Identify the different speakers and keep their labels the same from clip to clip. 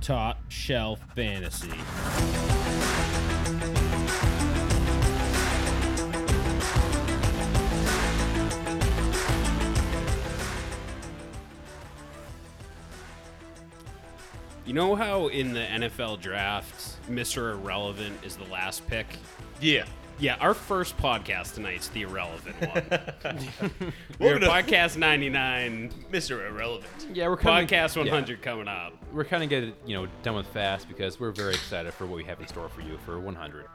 Speaker 1: top shelf fantasy. You know how in the NFL draft, Mr. Irrelevant is the last pick?
Speaker 2: Yeah.
Speaker 1: Yeah, our first podcast tonight's the irrelevant one. We're podcast 99,
Speaker 2: Mr. Irrelevant.
Speaker 3: Yeah, we're kind
Speaker 1: podcast
Speaker 3: of,
Speaker 1: 100 coming up.
Speaker 3: we're kind of getting you know done with fast because we're very excited for what we have in store for you for 100.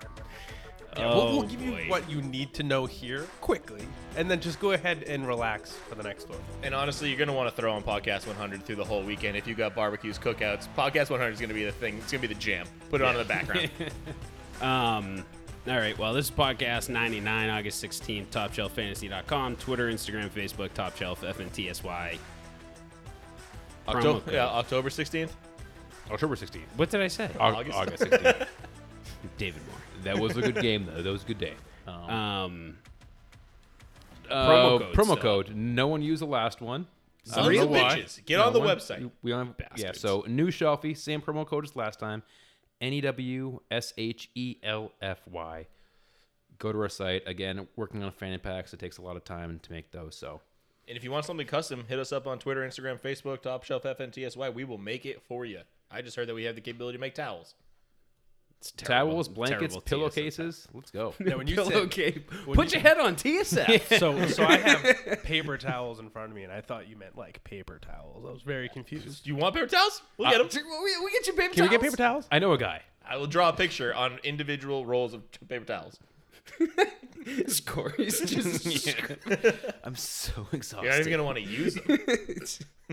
Speaker 2: Yeah, we'll, we'll
Speaker 1: Oh,
Speaker 2: give
Speaker 1: boy.
Speaker 2: you what you need to know here quickly, and then just go ahead and relax for the next one.
Speaker 4: And honestly, you're going to want to throw on Podcast 100 through the whole weekend. If you got barbecues, cookouts, Podcast 100 is going to be the thing. It's going to be the jam. Put it on in the background.
Speaker 1: Um, all right. Well, this is podcast 99, August 16th, topshelffantasy.com, Twitter, Instagram, Facebook, Top Shelf, FNTSY. Promo
Speaker 4: October,
Speaker 1: code.
Speaker 4: yeah, October 16th.
Speaker 3: October 16th,
Speaker 1: What did I say?
Speaker 3: Au-
Speaker 4: August.
Speaker 3: August, 16th.
Speaker 1: David Moore.
Speaker 3: that was a good game though. That was a good day. Um,
Speaker 1: Um,
Speaker 3: uh, oh,
Speaker 1: promo code
Speaker 3: promo
Speaker 1: still.
Speaker 3: code. No one used the last one. I don't
Speaker 4: Sons
Speaker 3: know
Speaker 4: of
Speaker 3: why.
Speaker 4: bitches. Get
Speaker 3: No
Speaker 4: on the
Speaker 3: one-
Speaker 4: website.
Speaker 3: We don't have, yeah.
Speaker 1: Bastards.
Speaker 3: So new shelfie, same promo code as last time. N e w s h e l f y. Go to our site again. Working on fanny packs. It takes a lot of time to make those. So
Speaker 4: And if you want something custom, hit us up on Twitter, Instagram, Facebook, Top Shelf FNTSY. We will make it for you. I just heard that we have the capability to make towels.
Speaker 1: It's terrible-
Speaker 3: towels, blankets,
Speaker 1: terrible TSF.
Speaker 3: pillowcases. Let's go.
Speaker 2: Now, when you said-
Speaker 1: Pillowcase.
Speaker 2: when
Speaker 1: Put
Speaker 2: you-
Speaker 1: your head on TSF.
Speaker 2: So, so I have paper towels in front of me, and I thought you meant like paper towels. I was very confused.
Speaker 4: Do you want paper towels? We'll get 'em. get them.
Speaker 1: we, we get your paper
Speaker 2: Can we get
Speaker 1: towels.
Speaker 2: paper towels?
Speaker 3: I know a guy.
Speaker 4: I will draw a picture on individual rolls of t- paper towels.
Speaker 1: It's Corey's just
Speaker 3: I'm so
Speaker 4: You're not
Speaker 3: exhausted.
Speaker 4: even going to want to use them.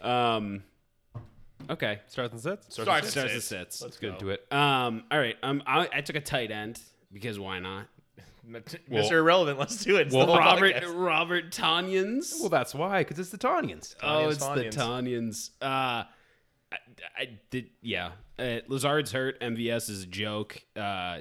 Speaker 1: um. Okay,
Speaker 2: Starts and sits.
Speaker 4: Sorry,
Speaker 1: starts the sets.
Speaker 4: Let's
Speaker 3: Good,
Speaker 4: go.
Speaker 3: do it.
Speaker 1: Um. All right. Um. I, I took a tight end because why not?
Speaker 4: Mr.
Speaker 3: Well-
Speaker 4: Irrelevant, let's do it. It's the whole
Speaker 1: Robert
Speaker 4: podcast.
Speaker 1: Robert Tanyans.
Speaker 3: Well, that's why, because it's the Tonians.
Speaker 1: oh,
Speaker 4: Tanyans,
Speaker 1: it's the Tanyans. Uh, I, I did. Yeah, uh, Lazard's hurt. MVS is a joke. Uh,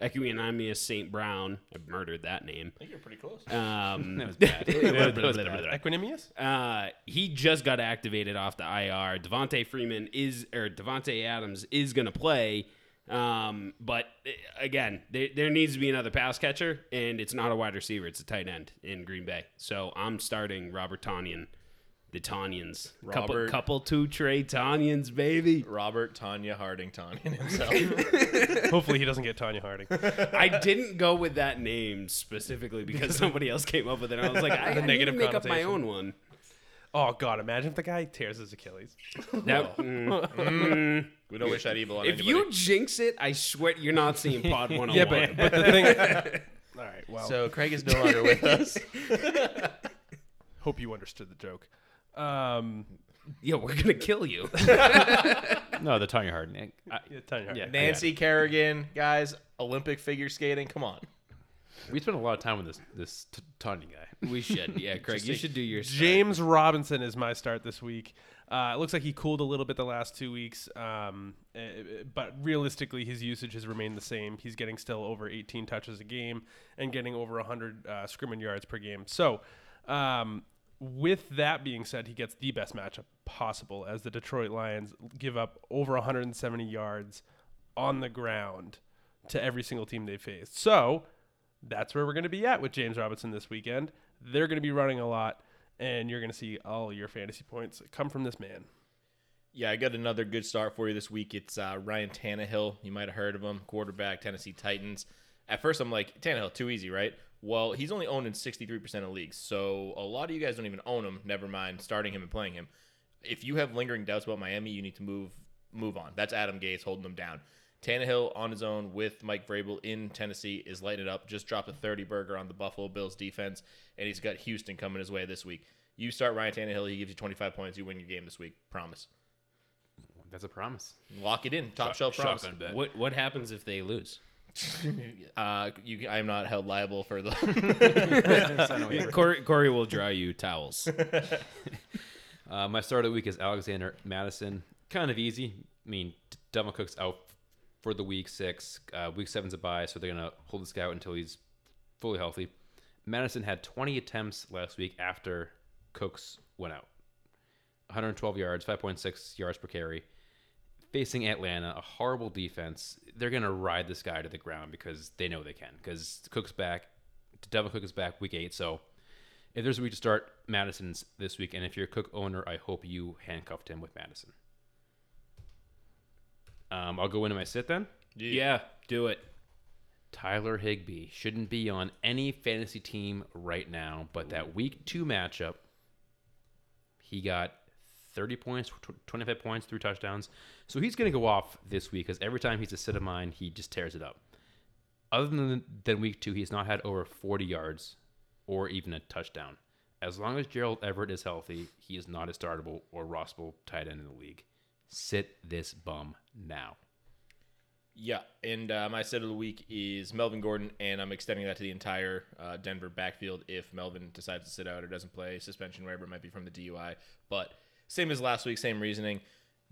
Speaker 1: Equianimous Saint Brown. I murdered that name.
Speaker 4: I think you're pretty close.
Speaker 1: Um,
Speaker 3: That was bad. That was bad.
Speaker 2: Equanimous.
Speaker 1: Uh, he just got activated off the IR. Devonte Freeman is or Devonte Adams is going to play. Um, but eh, again, there, there needs to be another pass catcher, and it's not a wide receiver; it's a tight end in Green Bay. So I'm starting Robert Tanyan, the Tanyans, couple,
Speaker 4: Robert.
Speaker 1: couple two Trey Tanyans, baby.
Speaker 4: Robert Tanya Harding Tanya himself.
Speaker 2: Hopefully, he doesn't get Tanya Harding.
Speaker 1: I didn't go with that name specifically because somebody else came up with it. and I was like, I, I need to
Speaker 2: negative
Speaker 1: make up my
Speaker 2: connotation.
Speaker 1: own one.
Speaker 2: Oh God! Imagine if the guy tears his Achilles.
Speaker 1: That, mm.
Speaker 4: we don't wish that evil on
Speaker 1: if
Speaker 4: anybody.
Speaker 1: you jinx it, I swear you're not seeing Pod 101.
Speaker 2: Yeah, but, but the thing. All right. Well,
Speaker 4: so Craig is no longer with us.
Speaker 2: hope you understood the joke. Um,
Speaker 1: Yeah, we're gonna kill you.
Speaker 3: No, the Tonya Harding. I-
Speaker 2: yeah, Tanya Harding.
Speaker 3: Yeah.
Speaker 4: Nancy Kerrigan, guys, Olympic figure skating. Come on.
Speaker 3: we spent a lot of time with this this t- Tanya guy.
Speaker 1: we should. Yeah, Craig, you should do your.
Speaker 2: James Robinson is my start this week. Uh, it looks like he cooled a little bit the last two weeks, um, eh, eh, but realistically, his usage has remained the same. He's getting still over 18 touches a game and getting over 100 uh, scrimmage yards per game. So, um, with that being said, he gets the best matchup possible as the Detroit Lions give up over 170 yards on the ground to every single team they faced. So, that's where we're going to be at with James Robinson this weekend. They're going to be running a lot, and you're going to see all your fantasy points come from this man.
Speaker 4: Yeah, I got another good start for you this week. It's uh, Ryan Tannehill. You might have heard of him, quarterback, Tennessee Titans. At first, I'm like, Tannehill, too easy, right? Well, he's only owned in 63% of leagues, so a lot of you guys don't even own him. Never mind starting him and playing him. If you have lingering doubts about Miami, you need to move move on. That's Adam Gates holding them down. Tannehill on his own with Mike Vrabel in Tennessee is lighting it up. Just dropped a 30 burger on the Buffalo Bills defense, and he's got Houston coming his way this week. You start Ryan Tannehill, he gives you 25 points. You win your game this week. Promise.
Speaker 3: That's a promise.
Speaker 4: Lock it in. Top shelf promise.
Speaker 3: Shotgun bet.
Speaker 1: What What happens if they lose?
Speaker 4: Uh, you, I am not held liable for the.
Speaker 1: Corey, Corey will draw you towels.
Speaker 3: Uh, my start of the week is Alexander Madison. Kind of easy. I mean, Devin Cook's out for the week six. Uh, week seven's a bye, so they're going to hold this guy out until he's fully healthy. Madison had 20 attempts last week after Cooks went out. 112 yards, 5.6 yards per carry. facing Atlanta, a horrible defense. They're going to ride this guy to the ground because they know they can. Because Cook's back, Devin Cook is back week eight. So if there's a week to start, Madison's this week. And if you're a Cook owner, I hope you handcuffed him with Madison. Um, I'll go into my sit then.
Speaker 1: Yeah, do it.
Speaker 3: Tyler Higbee shouldn't be on any fantasy team right now, but that week two matchup, he got 30 points, tw- 25 points, three touchdowns. So he's going to go off this week because every time he's a sit of mine, he just tears it up. Other than, than week two, he's not had over 40 yards or even a touchdown. As long as Gerald Everett is healthy, he is not a startable or rostable tight end in the league. Sit this bum now.
Speaker 4: Yeah, and uh, my set of the week is Melvin Gordon, and I'm extending that to the entire uh, Denver backfield if Melvin decides to sit out or doesn't play, suspension, wherever it might be from the DUI. But same as last week, same reasoning.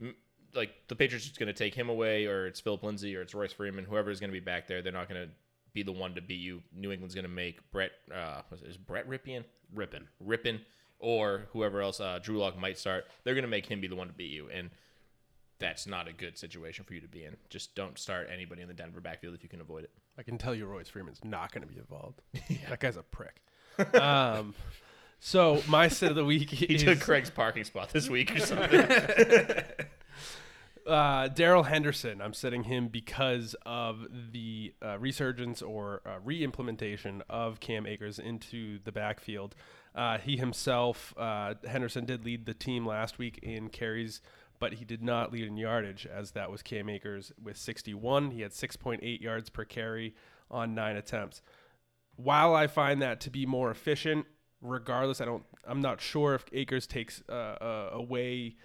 Speaker 4: M- Like the Patriots are just going to take him away, or it's Philip Lindsay, or it's Royce Freeman, whoever is going to be back there. They're not going to be the one to beat you. New England's going to make Brett, uh, was it- is Brett Ripien?
Speaker 1: Ripping.
Speaker 4: Rippin, or whoever else, uh, Drew Lock might start. They're going to make him be the one to beat you. And that's not a good situation for you to be in. Just don't start anybody in the Denver backfield if you can avoid it.
Speaker 2: I can tell you Royce Freeman's not going to be involved. That guy's a prick. um, so my sit of the week
Speaker 4: He
Speaker 2: is
Speaker 4: took Craig's parking spot this week or something.
Speaker 2: uh, Daryl Henderson. I'm sitting him because of the uh, resurgence or uh, re-implementation of Cam Akers into the backfield. Uh, he himself, uh, Henderson, did lead the team last week in carries, but he did not lead in yardage, as that was Cam Akers with 61. He had 6.8 yards per carry on nine attempts while I find that to be more efficient, regardless, I don't. I'm not sure if Akers takes uh, uh, away,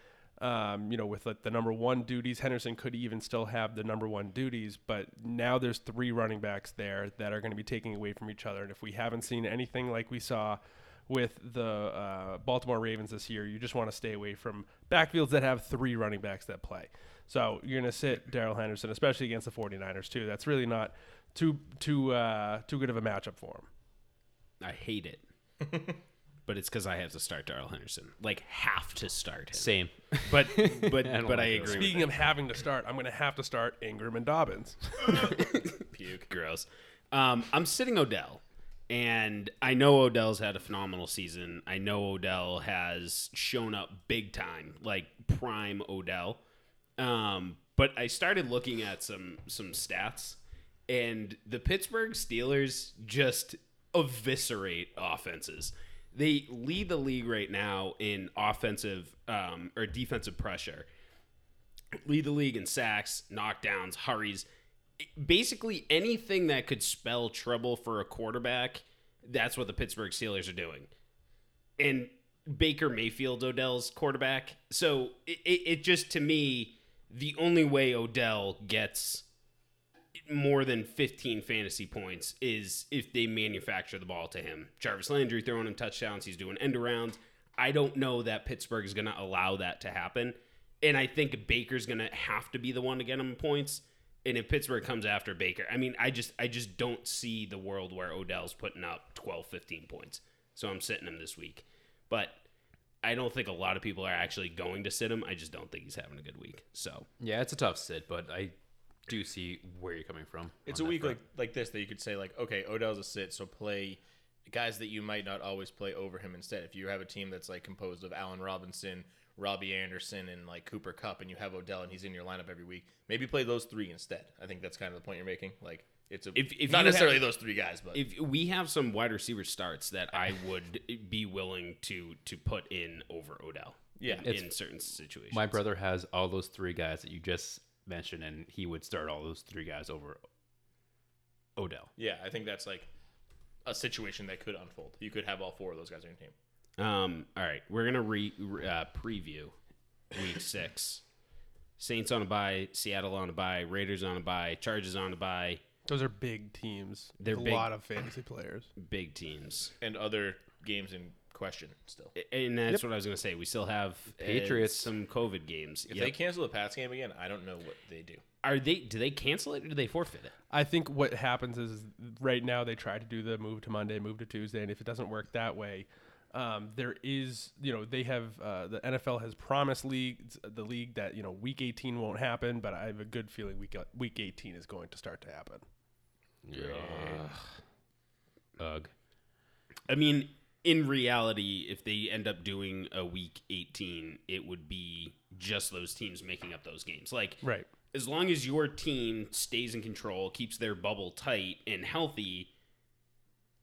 Speaker 2: um, you know, with like, the number one duties. Henderson could even still have the number one duties, but now there's three running backs there that are going to be taking away from each other. And if we haven't seen anything like we saw with the uh, Baltimore Ravens this year, you just want to stay away from backfields that have three running backs that play. So you're going to sit Daryl Henderson, especially against the 49ers too. That's really not too too uh, too good of a matchup for him.
Speaker 1: I hate it. but it's because I have to start Darrell Henderson. Like, have to start him.
Speaker 3: Same.
Speaker 1: But but
Speaker 3: don't
Speaker 1: but I
Speaker 3: like
Speaker 1: agree.
Speaker 3: those.
Speaker 1: with
Speaker 2: Speaking of having to start, I'm going to have to start Ingram and Dobbins.
Speaker 1: puke. Gross. Um, I'm sitting Odell, and I know Odell's had a phenomenal season. I know Odell has shown up big time, like prime Odell. Um, but I started looking at some some stats, and the Pittsburgh Steelers just eviscerate offenses. They lead the league right now in offensive um, or defensive pressure lead the league in sacks, knockdowns, hurries, basically anything that could spell trouble for a quarterback. That's what the Pittsburgh Steelers are doing. And Baker Mayfield, Odell's quarterback. So it, it, it just, to me, the only way Odell gets more than 15 fantasy points is if they manufacture the ball to him. Jarvis Landry throwing him touchdowns, he's doing end arounds. I don't know that Pittsburgh is going to allow that to happen. And I think Baker's going to have to be the one to get him points. And if Pittsburgh comes after Baker, I mean, I just I just don't see the world where Odell's putting up 12, 15 points. So I'm sitting him this week. But I don't think a lot of people are actually going to sit him. I just don't think he's having a good week. So
Speaker 3: Yeah, it's a tough sit, but I do see where you're coming from.
Speaker 4: It's a
Speaker 3: on that
Speaker 4: week
Speaker 3: front.
Speaker 4: like, like this that you could say, like, okay, Odell's a sit, so play guys that you might not always play over him instead. If you have a team that's like composed of Allen Robinson, Robbie Anderson, and like Cooper Cup, and you have Odell and he's in your lineup every week, maybe play those three instead. I think that's kind of the point you're making. Like, it's a,
Speaker 1: If- if
Speaker 4: not
Speaker 1: you
Speaker 4: necessarily
Speaker 1: have-
Speaker 4: those three guys, but
Speaker 1: if we have some wide receiver starts that I would be willing to to put in over Odell.
Speaker 4: Yeah.
Speaker 1: in,
Speaker 3: It's-
Speaker 1: in certain situations.
Speaker 3: My brother has all those three guys that you just mentioned, and he would start all those three guys over Odell.
Speaker 4: yeah, I think that's like a situation that could unfold. You could have all four of those guys on your team.
Speaker 1: um, all right, we're gonna re, re- uh, preview week six. Saints on a bye, Seattle on a bye, Raiders on a bye, Chargers on a bye.
Speaker 2: Those are big teams.
Speaker 1: They're
Speaker 2: There's a
Speaker 1: big.
Speaker 2: lot of fantasy players.
Speaker 1: Big teams,
Speaker 4: And other games in question still.
Speaker 1: A- and that's what I was gonna say. We still have uh,
Speaker 3: Patriots.
Speaker 1: some COVID games.
Speaker 4: If
Speaker 1: Yep.
Speaker 4: they cancel the Pats game again, I don't know what they do.
Speaker 1: Are they? Do they cancel it or do they forfeit it?
Speaker 2: I think what happens is, is right now they try to do the move to Monday, move to Tuesday, and if it doesn't work that way, Um, there is, you know, they have uh, the NFL has promised leagues the league that you know week 18 won't happen, but I have a good feeling week uh, week 18 is going to start to happen.
Speaker 3: Yeah. Ugh.
Speaker 1: I mean, in reality, if they end up doing a week 18, it would be just those teams making up those games. Like,
Speaker 2: Right.
Speaker 1: as long as your team stays in control, keeps their bubble tight and healthy,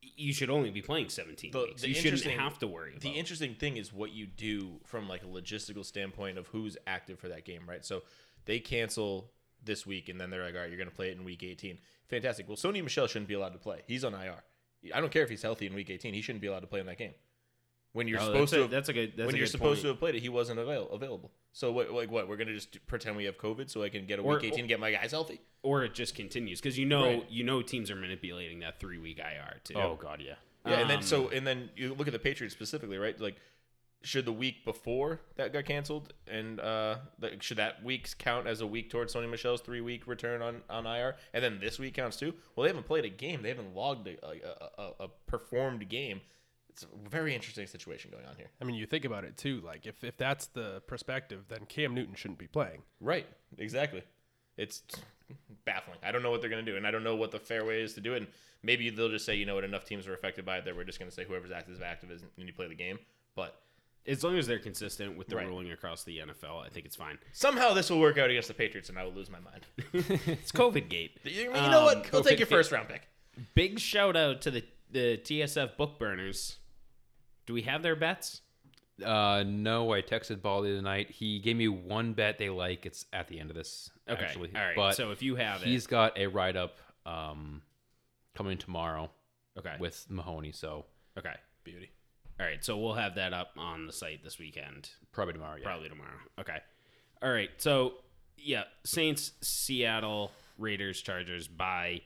Speaker 1: you should only be playing 17
Speaker 4: The-
Speaker 1: weeks.
Speaker 4: the
Speaker 1: you shouldn't
Speaker 4: interesting-
Speaker 1: have to worry about
Speaker 4: The interesting thing is what you do from like a logistical standpoint of who's active for that game, right? So they cancel this week, and then they're like, "All right, you're going to play it in week 18." Fantastic. Well, Sony Michelle shouldn't be allowed to play. He's on IR. I don't care if he's healthy in week 18. He shouldn't be allowed to play in that game. When you're
Speaker 1: Oh,
Speaker 4: supposed
Speaker 1: that's a-
Speaker 4: to, have-
Speaker 1: that's a good- that's
Speaker 4: when
Speaker 1: a
Speaker 4: you're
Speaker 1: good
Speaker 4: supposed
Speaker 1: point.
Speaker 4: to have played it, he wasn't avail- available. So what, like, what? We're going to just pretend we have COVID so I can get a
Speaker 1: Or-
Speaker 4: week 18 and get my guys healthy.
Speaker 1: or it just continues because you know
Speaker 4: Right.
Speaker 1: you know teams are manipulating that three week IR too.
Speaker 3: Oh god, yeah.
Speaker 4: Yeah, and then
Speaker 1: Um,
Speaker 4: so and then you look at the Patriots specifically, right? Like, should the week before that got canceled, and uh, like, should that week count as a week towards Sony Michelle's three week return on on IR, and then this week counts too? Well, they haven't played a game, they haven't logged a a, a, a performed game. It's a very interesting situation going on here.
Speaker 2: I mean, you think about it too. Like if if that's the perspective, then Cam Newton shouldn't be playing.
Speaker 4: Right, exactly. It's baffling. I don't know what they're going to do, and I don't know what the fair way is to do it. And maybe they'll just say, you know what, enough teams are affected by it that we're just going to say whoever's active is active, and you play the game. But
Speaker 1: As long as they're consistent with the
Speaker 4: Right.
Speaker 1: ruling across the NFL, I think it's fine.
Speaker 4: Somehow this will work out against the Patriots, and I will lose my mind.
Speaker 1: It's COVID gate.
Speaker 4: You, you
Speaker 3: Um,
Speaker 4: know what? We'll take
Speaker 1: COVID
Speaker 4: your first round pick.
Speaker 1: Big shout out to the the TSF book burners. Do we have their bets?
Speaker 3: Uh, no, I texted Ball the other night. He gave me one bet they like. It's at the end of this.
Speaker 1: Okay,
Speaker 3: actually.
Speaker 1: all right,
Speaker 3: But
Speaker 1: so if you have it-
Speaker 3: he's got a write up um coming tomorrow
Speaker 1: Okay.
Speaker 3: with Mahoney. So
Speaker 1: okay.
Speaker 4: Beauty.
Speaker 1: All right. So we'll have that up on the site this weekend.
Speaker 3: probably tomorrow. Yeah.
Speaker 1: Probably tomorrow. Okay. All right. So yeah, Saints, Seattle, Raiders, Chargers, bye.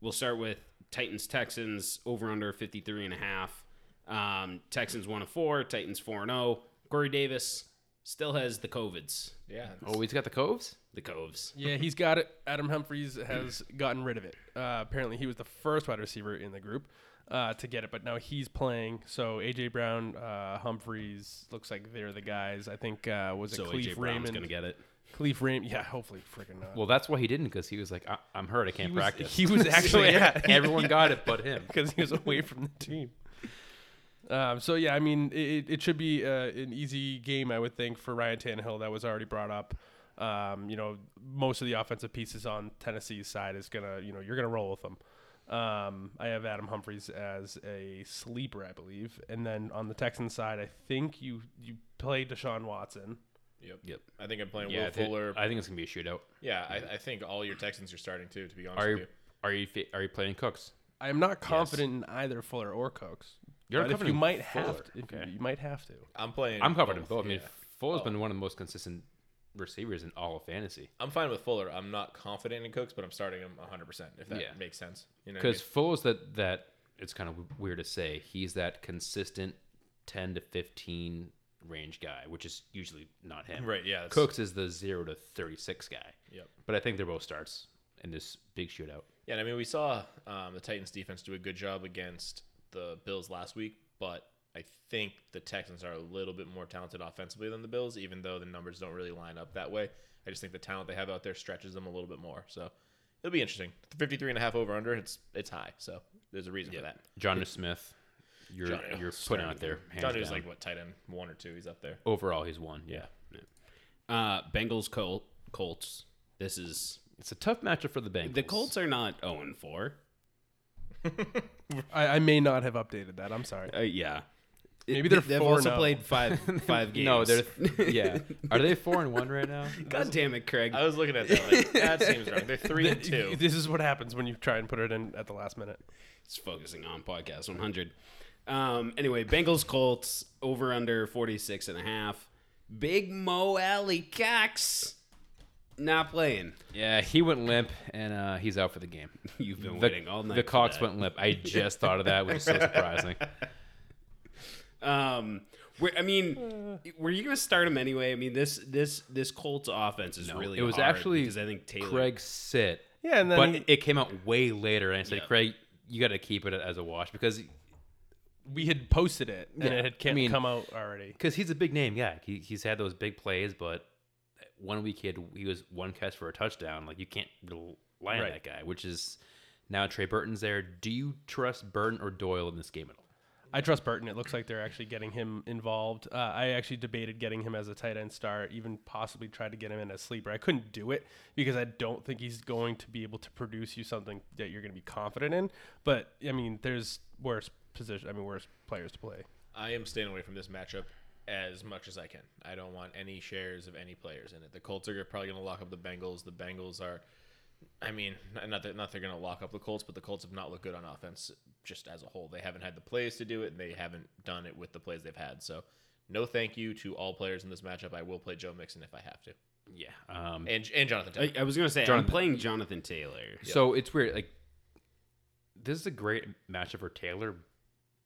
Speaker 1: We'll start with Titans, Texans, over under 53 and a half. Um, Texans 1 and 4, Titans 4 and 0. Corey Davis still has the covids,
Speaker 4: Yeah.
Speaker 3: Oh, he's got the coves.
Speaker 1: the coves.
Speaker 2: Yeah, he's got it. Adam Humphries has gotten rid of it. Uh, apparently, he was the first wide receiver in the group uh, to get it, but now he's playing. So AJ Brown, uh, Humphries looks like they're the guys. I think uh, was it
Speaker 1: So
Speaker 2: Cleve
Speaker 1: AJ Brown's
Speaker 2: Raymond?
Speaker 1: going to get it.
Speaker 2: Cleve Raymond. Yeah, hopefully, freaking not.
Speaker 3: Well, that's why he didn't because he was like, I- I'm hurt. I can't
Speaker 2: he, was,
Speaker 3: practice.
Speaker 2: he was actually yeah.
Speaker 3: Everyone got it, but him.
Speaker 2: because he was away from the team. Um, so yeah, I mean, it- it, it should be uh, an easy game, I would think, for Ryan Tannehill. That was already brought up. Um, you know, most of the offensive pieces on Tennessee's side is gonna, you know, you're gonna roll with them. Um, I have Adam Humphries as a sleeper, I believe, and then on the Texans side, I think you you play Deshaun Watson.
Speaker 4: Yep.
Speaker 3: Yep.
Speaker 4: I think I'm playing
Speaker 3: Yeah, I
Speaker 4: Will
Speaker 3: thi-
Speaker 4: Fuller.
Speaker 3: I think it's gonna be a shootout.
Speaker 4: yeah, I, I think all your Texans are starting too. To be honest
Speaker 3: Are
Speaker 4: with
Speaker 3: you
Speaker 4: you,
Speaker 3: are you fi- are you playing Cooks?
Speaker 2: I am not confident in either Fuller or Cooks.
Speaker 3: You're not
Speaker 2: but if you
Speaker 3: confident in
Speaker 2: might
Speaker 3: Fuller.
Speaker 2: have to, if you, you might have to.
Speaker 4: I'm playing.
Speaker 3: I'm covered in both. I mean,
Speaker 4: yeah.
Speaker 3: Fuller's been one of the most consistent receivers in all of fantasy.
Speaker 4: I'm fine with Fuller. I'm not confident in Cooks, but I'm starting him 100. percent If that
Speaker 3: Yeah.
Speaker 4: makes sense, you know. what I
Speaker 3: Because Fuller's that that it's kind of weird to say. He's that consistent 10 to 15 range guy, which is usually not him.
Speaker 4: mean? Right. Yeah. that's-
Speaker 3: Cooks is the zero to 36 guy.
Speaker 4: Yep.
Speaker 3: But I think they're both starts in this big shootout.
Speaker 4: Yeah, and I mean, we saw um, the Titans defense do a good job against the Bills last week, but I think the Texans are a little bit more talented offensively than the Bills, even though the numbers don't really line up that way. I just think the talent they have out there stretches them a little bit more. So it'll be interesting. 53 and a half over under, it's it's high. So there's a reason for that.
Speaker 3: Johnny Smith, you're
Speaker 4: Jonnu.
Speaker 3: you're putting out there. hands
Speaker 4: Johnny was
Speaker 3: down.
Speaker 4: like, what, tight end one or two? He's up there.
Speaker 3: overall, he's won. Yeah.
Speaker 1: Uh, Bengals, Col- Colts. This is.
Speaker 3: It's a tough matchup for the Bengals.
Speaker 1: The Colts are not 0 and 4.
Speaker 2: I, I may not have updated that. I'm sorry.
Speaker 1: Uh, yeah.
Speaker 2: Maybe they're
Speaker 1: They've
Speaker 2: 4
Speaker 1: also
Speaker 2: now.
Speaker 1: played five five games.
Speaker 3: No, they're yeah. Are they four and one right now?
Speaker 1: God damn it, Craig.
Speaker 4: I was looking at that. Like, that seems wrong. They're three and two.
Speaker 2: This is what happens when you try and put it in at the last minute.
Speaker 1: It's focusing on podcast 100. Um, anyway, Bengals Colts over under 46 and a half. Big Mo Alley Cox not playing.
Speaker 3: Yeah, he went limp and uh, he's out for the game.
Speaker 1: You've been
Speaker 3: The,
Speaker 1: waiting all night.
Speaker 3: the
Speaker 1: for
Speaker 3: Cox
Speaker 1: that.
Speaker 3: went limp. I just thought of that, which is so surprising.
Speaker 1: Um, were, I mean, were you going to start him anyway? I mean, this this this Colts offense is really
Speaker 3: it was
Speaker 1: hard
Speaker 3: actually
Speaker 1: because I think Taylor
Speaker 3: Craig sit.
Speaker 2: Yeah, and then
Speaker 3: but
Speaker 2: he-
Speaker 3: it came out way later, and I said,
Speaker 1: Yeah.
Speaker 3: Craig, you got to keep it as a wash because
Speaker 2: we had posted it and
Speaker 3: Yeah,
Speaker 2: it
Speaker 3: I
Speaker 2: had can't
Speaker 3: mean-
Speaker 2: come out already.
Speaker 3: because he's a big name guy. He, he's had those big plays, but one week he had he was one catch for a touchdown. Like you can't rely on
Speaker 2: Right.
Speaker 3: that guy. Which is now Trey Burton's there. Do you trust Burton or Doyle in this game at all?
Speaker 2: I trust Burton. It looks like they're actually getting him involved. Uh, I actually debated getting him as a tight end star, even possibly tried to get him in as sleeper. I couldn't do it because I don't think he's going to be able to produce you something that you're going to be confident in. But I mean, there's worse position. I mean, worse players to play.
Speaker 4: I am staying away from this matchup as much as I can. I don't want any shares of any players in it. The Colts are probably going to lock up the Bengals. The Bengals are, I mean, not that not they're going to lock up the Colts, but the Colts have not looked good on offense just as a whole. They haven't had the plays to do it, and they haven't done it with the plays they've had. So, no thank you to all players in this matchup. I will play Joe Mixon if I have to,
Speaker 3: Yeah. Um,
Speaker 4: and and Jonathan. Taylor.
Speaker 1: I, I was gonna say I'm
Speaker 3: Jonathan-
Speaker 1: playing Jonathan Taylor.
Speaker 3: So it's weird. Like this is a great matchup for Taylor,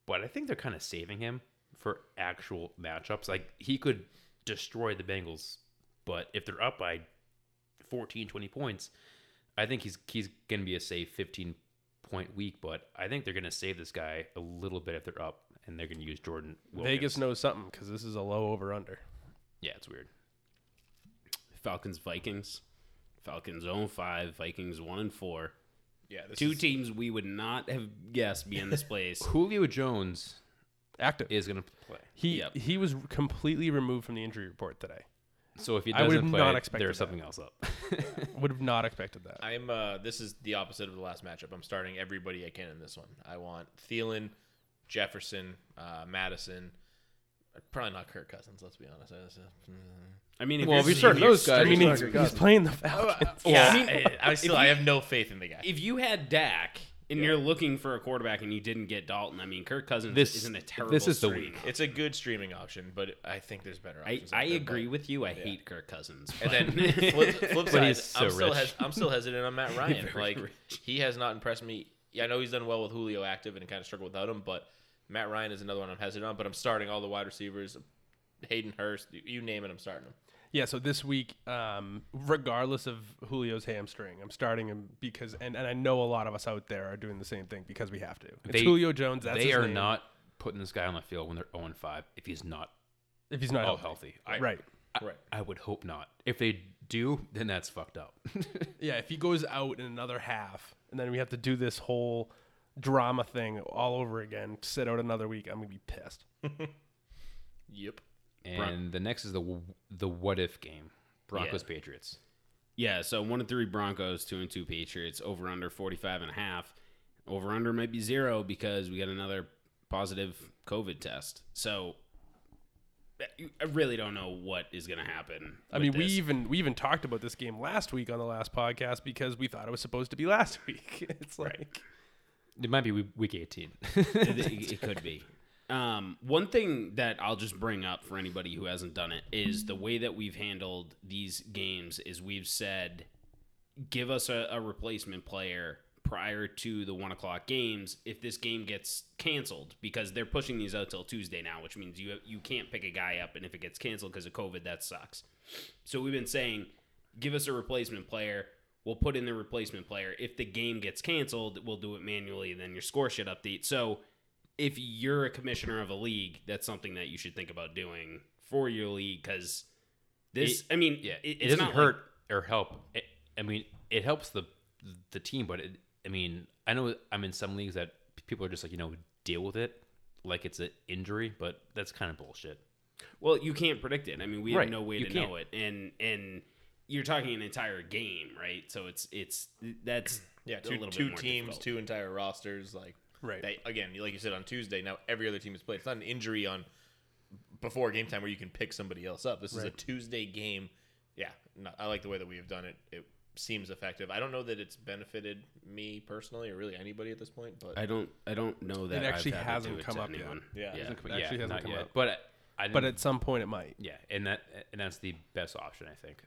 Speaker 3: but I think they're kind of saving him for actual matchups. Like he could destroy the Bengals, but if they're up by 14, 20 points, I think he's he's gonna be a safe 15 point week. But I think they're gonna save this guy a little bit if they're up, and they're gonna use Jordan. Wilkins.
Speaker 2: Vegas knows something because this is a low over under.
Speaker 3: Yeah, it's weird.
Speaker 1: Falcons Vikings. Falcons 0 5, Vikings 1 and 4.
Speaker 4: yeah, this
Speaker 1: Two
Speaker 4: is-
Speaker 1: teams we would not have guessed be in this place.
Speaker 3: Julio Jones
Speaker 2: Active.
Speaker 3: is gonna play.
Speaker 2: he
Speaker 1: Yep.
Speaker 2: he was completely removed from the injury report today.
Speaker 3: So if he
Speaker 2: I would have
Speaker 3: doesn't play,
Speaker 2: not expected
Speaker 3: there's
Speaker 2: that.
Speaker 3: something else up.
Speaker 2: Would have not expected that.
Speaker 4: I'm uh this is the opposite of the last matchup. I'm starting everybody I can in this one. I want Thielen, Jefferson, uh, Madison. Probably not Kirk Cousins. Let's be honest. I was, uh,
Speaker 1: I mean, if
Speaker 3: Well,
Speaker 1: you're
Speaker 3: if
Speaker 1: seeing
Speaker 3: you're starting
Speaker 1: your
Speaker 3: those guys,
Speaker 2: I
Speaker 1: starting-
Speaker 2: mean, he's,
Speaker 3: Sorry,
Speaker 2: he's playing the Falcons.
Speaker 4: yeah,
Speaker 1: I
Speaker 4: I,
Speaker 1: mean,
Speaker 4: I still I have no faith in the guy.
Speaker 1: if you had Dak and you're looking for a quarterback and you didn't get Dalton, I mean, Kirk Cousins
Speaker 3: This-
Speaker 1: isn't a
Speaker 3: this
Speaker 1: terrible.
Speaker 3: is the
Speaker 1: stream.
Speaker 3: week.
Speaker 4: It's a good streaming option, but I think there's better
Speaker 1: I,
Speaker 4: options.
Speaker 1: I
Speaker 4: out there,
Speaker 1: agree
Speaker 4: but-
Speaker 1: with you. I hate Kirk Cousins.
Speaker 4: And
Speaker 1: but-
Speaker 4: then flip, flip
Speaker 3: But
Speaker 4: side,
Speaker 3: he's
Speaker 4: I'm
Speaker 3: so
Speaker 4: still
Speaker 3: rich.
Speaker 4: hes- I'm still hesitant on Matt Ryan.
Speaker 1: Very
Speaker 4: like he has not impressed me. Yeah, I know he's done well with Julio active and kind of struggled without him, but Matt Ryan is another one I'm hesitant on. But I'm starting all the wide receivers, Hayden Hurst, you- you name it, I'm starting him.
Speaker 2: Yeah, so this week, um, regardless of Julio's hamstring, I'm starting him because, and, and I know a lot of us out there are doing the same thing because we have to. It's
Speaker 3: They-
Speaker 2: Julio Jones. That's
Speaker 3: they
Speaker 2: his
Speaker 3: are
Speaker 2: name,
Speaker 3: not putting this guy on the field when they're 0 5 if he's not
Speaker 2: if he's not
Speaker 3: all
Speaker 2: healthy.
Speaker 3: healthy. I,
Speaker 2: Right.
Speaker 3: I,
Speaker 4: Right.
Speaker 3: I would hope not. If they do, then that's fucked up.
Speaker 2: Yeah, if he goes out in another half, and then we have to do this whole drama thing all over again, sit out another week, I'm gonna be pissed.
Speaker 4: Yep.
Speaker 3: and the next is the w- the what if game Broncos Patriots.
Speaker 1: yeah, so one and three Broncos, two and two Patriots, over under 45 and a half. Over under might be zero because we got another positive COVID test. So I really don't know what is going to happen.
Speaker 2: I
Speaker 1: with
Speaker 2: mean, we
Speaker 1: this.
Speaker 2: even we even talked about this game last week on the last podcast because we thought it was supposed to be last week. It's like
Speaker 3: It might be we- week 18.
Speaker 1: it, it could be. Um, one thing that I'll just bring up for anybody who hasn't done it is the way that we've handled these games is we've said, give us a, a replacement player prior to the one o'clock games if this game gets canceled because they're pushing these out till Tuesday now, which means you you can't pick a guy up, and if it gets canceled because of COVID, that sucks. So we've been saying, give us a replacement player. We'll put in the replacement player. If the game gets canceled, we'll do it manually, and then your score should update. So if you're a commissioner of a league, that's something that you should think about doing for your league because this,
Speaker 3: It-
Speaker 1: I mean,
Speaker 3: yeah,
Speaker 1: it,
Speaker 3: it,
Speaker 1: it's
Speaker 3: doesn't
Speaker 1: not
Speaker 3: hurt or help. It, I mean, it helps the the team, but it, I mean, I know I'm in some leagues that people are just like, you know, deal with it like it's an injury, but that's kind of bullshit.
Speaker 1: Well, you can't predict it. I mean, we have
Speaker 3: Right.
Speaker 1: no way
Speaker 3: You
Speaker 1: to
Speaker 3: can't.
Speaker 1: know it, and and you're talking an entire game, right? So it's it's that's
Speaker 4: Yeah,
Speaker 1: a
Speaker 4: two,
Speaker 1: little
Speaker 4: two
Speaker 1: bit more
Speaker 4: teams,
Speaker 1: difficult.
Speaker 4: two entire rosters. Like,
Speaker 2: Right.
Speaker 4: They, again, like you said on Tuesday, now every other team is played. It's not an injury on before game time where you can pick somebody else up. This is a Tuesday game. Yeah, no, I like the way that we have done it. It seems effective. I don't know that it's benefited me personally or really anybody at this point, but
Speaker 1: I don't I don't know that
Speaker 2: It actually
Speaker 1: I've had to
Speaker 2: hasn't
Speaker 1: do it
Speaker 2: come
Speaker 1: to
Speaker 2: up yet.
Speaker 1: anyone.
Speaker 4: Yeah.
Speaker 1: yeah.
Speaker 2: It actually hasn't
Speaker 3: not
Speaker 2: come
Speaker 3: yet.
Speaker 2: up.
Speaker 3: But I, I
Speaker 2: But
Speaker 3: didn't-
Speaker 2: at some point it might.
Speaker 3: Yeah, and that and that's the best option, I think.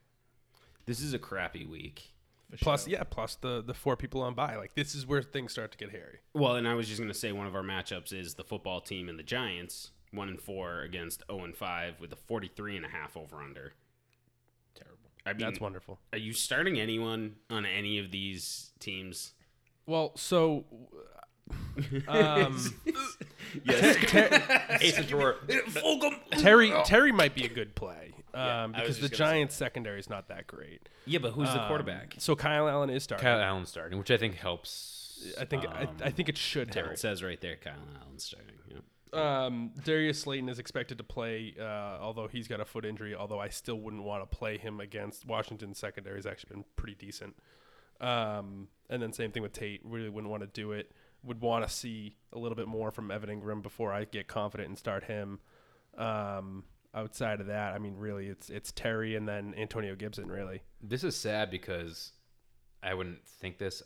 Speaker 1: This is a crappy week.
Speaker 2: Plus, yeah, plus the the four people on by. Like this is where things start to get hairy.
Speaker 1: Well, and I was just gonna say one of our matchups is the football team and the Giants, one and four against zero and five with a 43 and a half over under.
Speaker 4: terrible.
Speaker 1: I mean,
Speaker 2: That's wonderful.
Speaker 1: are you starting anyone on any of these teams?
Speaker 2: Well, so um,
Speaker 3: Ace and Tor.
Speaker 2: Terry Terry might be a good play um,
Speaker 4: I was
Speaker 2: because the
Speaker 4: just gonna say.
Speaker 2: Giants' secondary is not that great.
Speaker 1: Yeah, but who's the
Speaker 2: Um,
Speaker 1: quarterback?
Speaker 2: so Kyle Allen is starting.
Speaker 3: Kyle Allen starting, which I think helps.
Speaker 2: I think
Speaker 3: um,
Speaker 2: I, I think it should help.
Speaker 1: It says right there, Kyle Allen starting. Yeah.
Speaker 2: Um, Darius Slayton is expected to play, uh, although he's got a foot injury. Although I still wouldn't want to play him against Washington's secondary. Has actually been pretty decent. Um, and then same thing with Tate. Really wouldn't want to do it. Would want to see a little bit more from Evan Ingram before I get confident and start him. Um, outside of that, I mean, really, it's it's Terry and then Antonio Gibson. Really,
Speaker 3: This is sad because I wouldn't think this.